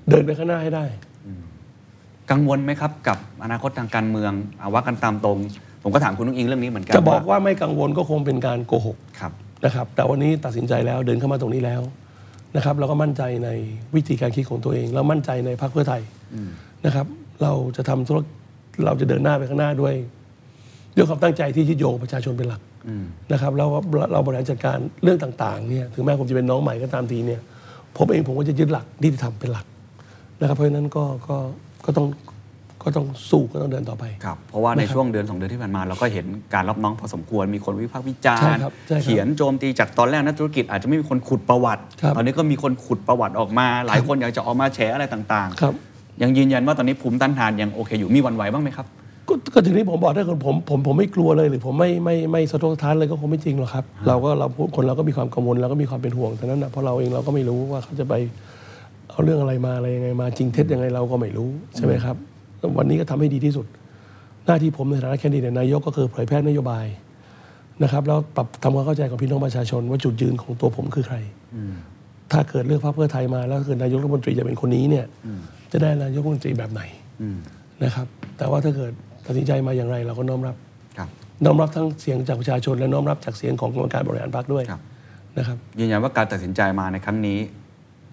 B: เดินไปข้างหน้าให้ได้
C: กังวลไหมครับ กับอนาคตทางการเมืองเอาว่ากันตามตรง ผมก็ถามคุณนุ้งอิงเรื่องนี้เหมือนกัน
B: จะบอกว่าไม่กังวลก็คงเป็นการโกหก
C: ครับ
B: นะครับแต่วันนี้ตัดสินใจแล้วเดินเข้ามาตรงนี้แล้วนะครับเราก็มั่นใจในวิธีการคิดของตัวเอง เรามั่นใจในพรรคเพื่อไทยนะครับ เราจะทำธุรกเราจะเดินหน้าไปข้างหน้าด้วยด้วยความตั้งใจที่ยึดโยงประชาชนเป็นหลักนะครับแล้วเราเราบริหารจัดการเรื่องต่างๆเนี่ยถึงแม้ผมจะเป็นน้องใหม่ก็ตามทีเนี่ยผมเองผมก็จะยึดหลักนิติธรรมเป็นหลักนะครับ เพราะฉะนั้นก็ก็ก็ต้องก็ต้องสู้ก็ต้องเดินต่อไป
C: ครับ เพราะว่าในช่วงเดือนสองเดือนที่ผ่านมาเราก็เห็นการรับน้องพอสมควรมีคนวิพากษ์วิจาร
B: ใช่
C: ณ์
B: ครับใช่ครับ
C: เขียนโจมตีจากตอนแรกนักธุรกิจอาจจะไม่มีคนขุดประวัติ
B: ครับ
C: ตอนนี้ก็มีคนขุดประวัติออกมา หลายคนอยากจะออกมาแฉอะไรต่าง
B: ครับ
C: ยังยืนยันว่าตอนนี้ภูมิต้านทานยังโอเคอยู่มีหวันไหวบ้างไหมครับ
B: ก็ก็ถึงที่ผมบอกถ้าเกิดผมผมผมไม่กลัวเลยหรือผมไม่ไม่ไม่สะทกสะท้านเลยก็คงไม่จริงหรอกครับ เราก็เราพูดคนเราก็มีความกังวลเราก็มีความเป็นห่วงแต่นั้นนะเพราะเราเองเราก็ไม่รู้ว่าเขาจะไปเอาเรื่องอะไรมาอะไรยังไงมาจริงเท็จยังไงเราก็ไม่รู้ใช่ไหมครับวันนี้ก็ทำให้ดีที่สุด หน้าที่ผมในฐานะแคนดิเดตนายกก็คือเผยแพร่นโยบายนะครับแล้วปรับทำความเข้าใจกับพี่น้องประชาชน ว่าจุดยืนของตัวผมคือใคร ถ้าเกิดเลือกพรรคเพื่อไทยมาแล้วเกิดนายกรัฐมนตรีจะเป็นคนนี้เนี่ยจะได้นายกรัฐมนตรีแบบไหนนะครับ แต่ว่าถ้าเกิดตัดสินใจมาอย่างไรเราก็น้อมรับ
C: ครับ
B: น้อมรับทั้งเสียงจากประชาชน และน้อมรับจากเสียงของกรรมการบริหารพรรคด้วย
C: ครับ
B: นะครับ
C: ยืนยันว่าการตัดสินใจมาในครั้งนี้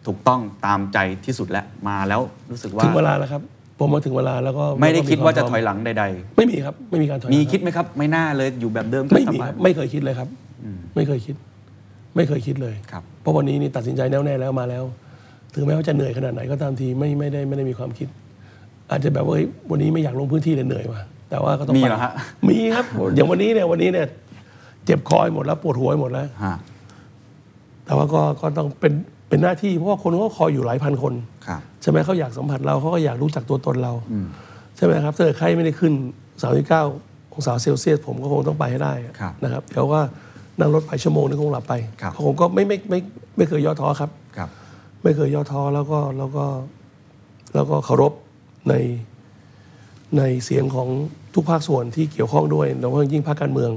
C: ถูกต้องตามใจที่สุดและมาแล้วรู้สึกว่า
B: ถึงเวลาแล้วครับ ผมมาถึงเวลาแล้วก็
C: ไม่ได้คิดว่าจะ
B: พ
C: ถ
B: ร้
C: อย
B: ม
C: หลังใด
B: ไม่มีครับไม่มีการถอยหลั
C: ๆ
B: ง
C: มี
B: รับ
C: คิดไหมครับ ไม่น่าเลยอยู่แบบเดิมก็
B: ไม่
C: ส
B: มี
C: บา
B: ค
C: ย
B: รับไม่เคยคิดเลยครับ ไม่เคยคิด ไม่เคยคิดเลย
C: ครับ
B: เพราะวันนี้นี่ตัดสินใจแน่วแน่แล้วมาแล้ว ถึงแม้ว่าจะเหนื่อยขนาดไหนก็ตามทีไม่ไม่ได้ไม่ได้มีความคิด อาจจะแบบว่าเฮ้ยวันนี้ไม่อยากลงพื้นที่เลยเหนื่อยว่ะแต่ว่าก็ต้อง
C: มี
B: ไป
C: เหรอฮะ
B: มีครับ อย่างวันนี้เนี่ยวันนี้เนี่ยเจ็บคอไปหมดแล้วปวดหัวไปหมดแล้ว
C: ฮะ
B: แต่ว่าก็ก็ต้องเป็นเป็นหน้าที่เพราะว่าคนก็คอยอยู่หลายพันคน
C: ครับ
B: ใช่ไหมเขาอยากสัมผัสเราเขาก็อยากรู้จักตัวตนเรา ใช่ไหมครับถ้าเกิดใครไม่ได้ขึ้น 39 องศาเซลเซียสผมก็คงต้องไปให้ได้
C: ครับ
B: นะครับเดี๋ยวว่านั่งรถไปชั่วโมงนึงคงหลับไป
C: ครับ
B: ผมก็ไม่ไม่ไม่ไม่เคยย่อท้อครับ
C: ครับ
B: ไม่เคยย่อท้อแล้วก็แล้วก็แล้วก็เคารพในในเสียงของทุกภาคส่วนที่เกี่ยวข้องด้วยโดยเฉพาะยิ่งภาคการเมือง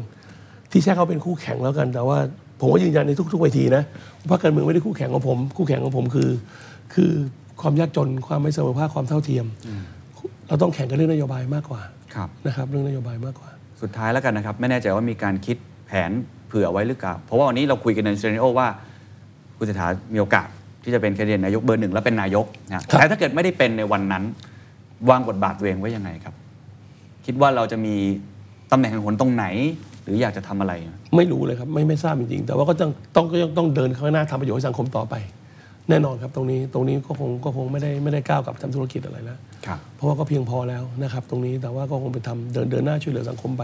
B: ที่ใช้เขาเป็นคู่แข่งแล้วกัน แต่ว่าผมก็ยืนยันในทุกๆเวทีนะว่าภาคการเมืองไม่ได้คู่แข่งของผม คู่แข่งของผมคือ คือความยากจนความไม่เสมอภาคความเท่าเทียม เราต้องแข่งกันเรื่องนโยบายมากกว่า
C: ครับ
B: นะครับ เรื่องนโยบายมากกว่า
C: สุดท้ายแล้วกันนะครับ ไม่แน่ใจว่ามีการคิดแผนเผื่อไว้หรือเปล่าเพราะว่าวันนี้เราคุยกันในซีนโอว่า คุณเศรษฐามีโอกาสที่จะเป็นแคนดิเดตนายกเบอร์หนึ่งและเป็นนายกนะแต่ถ้าเกิดไม่ได้เป็นในวันนั้น วางบทบาทตัวเองไว้ยังไงครับ คิดว่าเราจะมีตำแหน่งของคนตรงไหน หรืออยากจะทำอะไร
B: ไม่รู้เลยครับไม่ไม่ทราบจริงๆ แต่ว่าก็ต้องต้องก็ยังต้องเดินข้างหน้าทำประโยชน์ให้สังคมต่อไป แน่นอนครับตรงนี้ตรงนี้ก็คงก็คงไม่ได้ไม่ได้ก้าวกลับทำธุรกิจอะไรแล้ว
C: ครับ
B: เพราะว่าก็เพียงพอแล้วนะครับ ตรงนี้แต่ว่าก็คงไปทำเดินเดินหน้าช่วยเหลือสังคมไป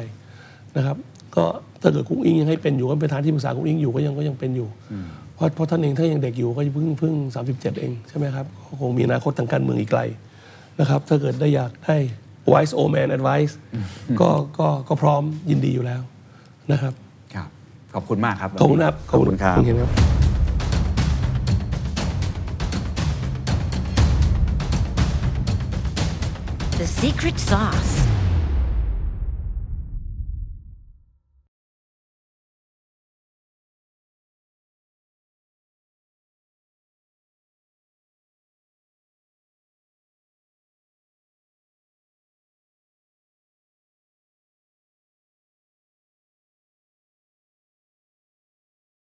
B: นะครับก็ถ้าเกิดกุ้งอิงยังให้เป็นอยู่ก็เป็นประธานที่ปรึกษากุ้งอิงอยู่ก็ยังก็ยังเป็นอยู่ เพราะเพราะท่านเองท่านยังเด็กอยู่ก็เพิ่งเพิ่งสามสิบเจ็ดเองใช่ไหมครับก็คงมีอนาคตทางการเมืองอีกไกลนะครับถ้าเกิดได้อยากได้ wise old man advice ก็ก็ก็พร้อมยินดีอยู่แล้วนะครับ
C: ครับ ขอบคุณมากครับวัน
B: ขอบ
C: นี้
B: คุณครับ
C: ขอบคุณครับ
B: คุณเคนครับ
E: The secret sauce.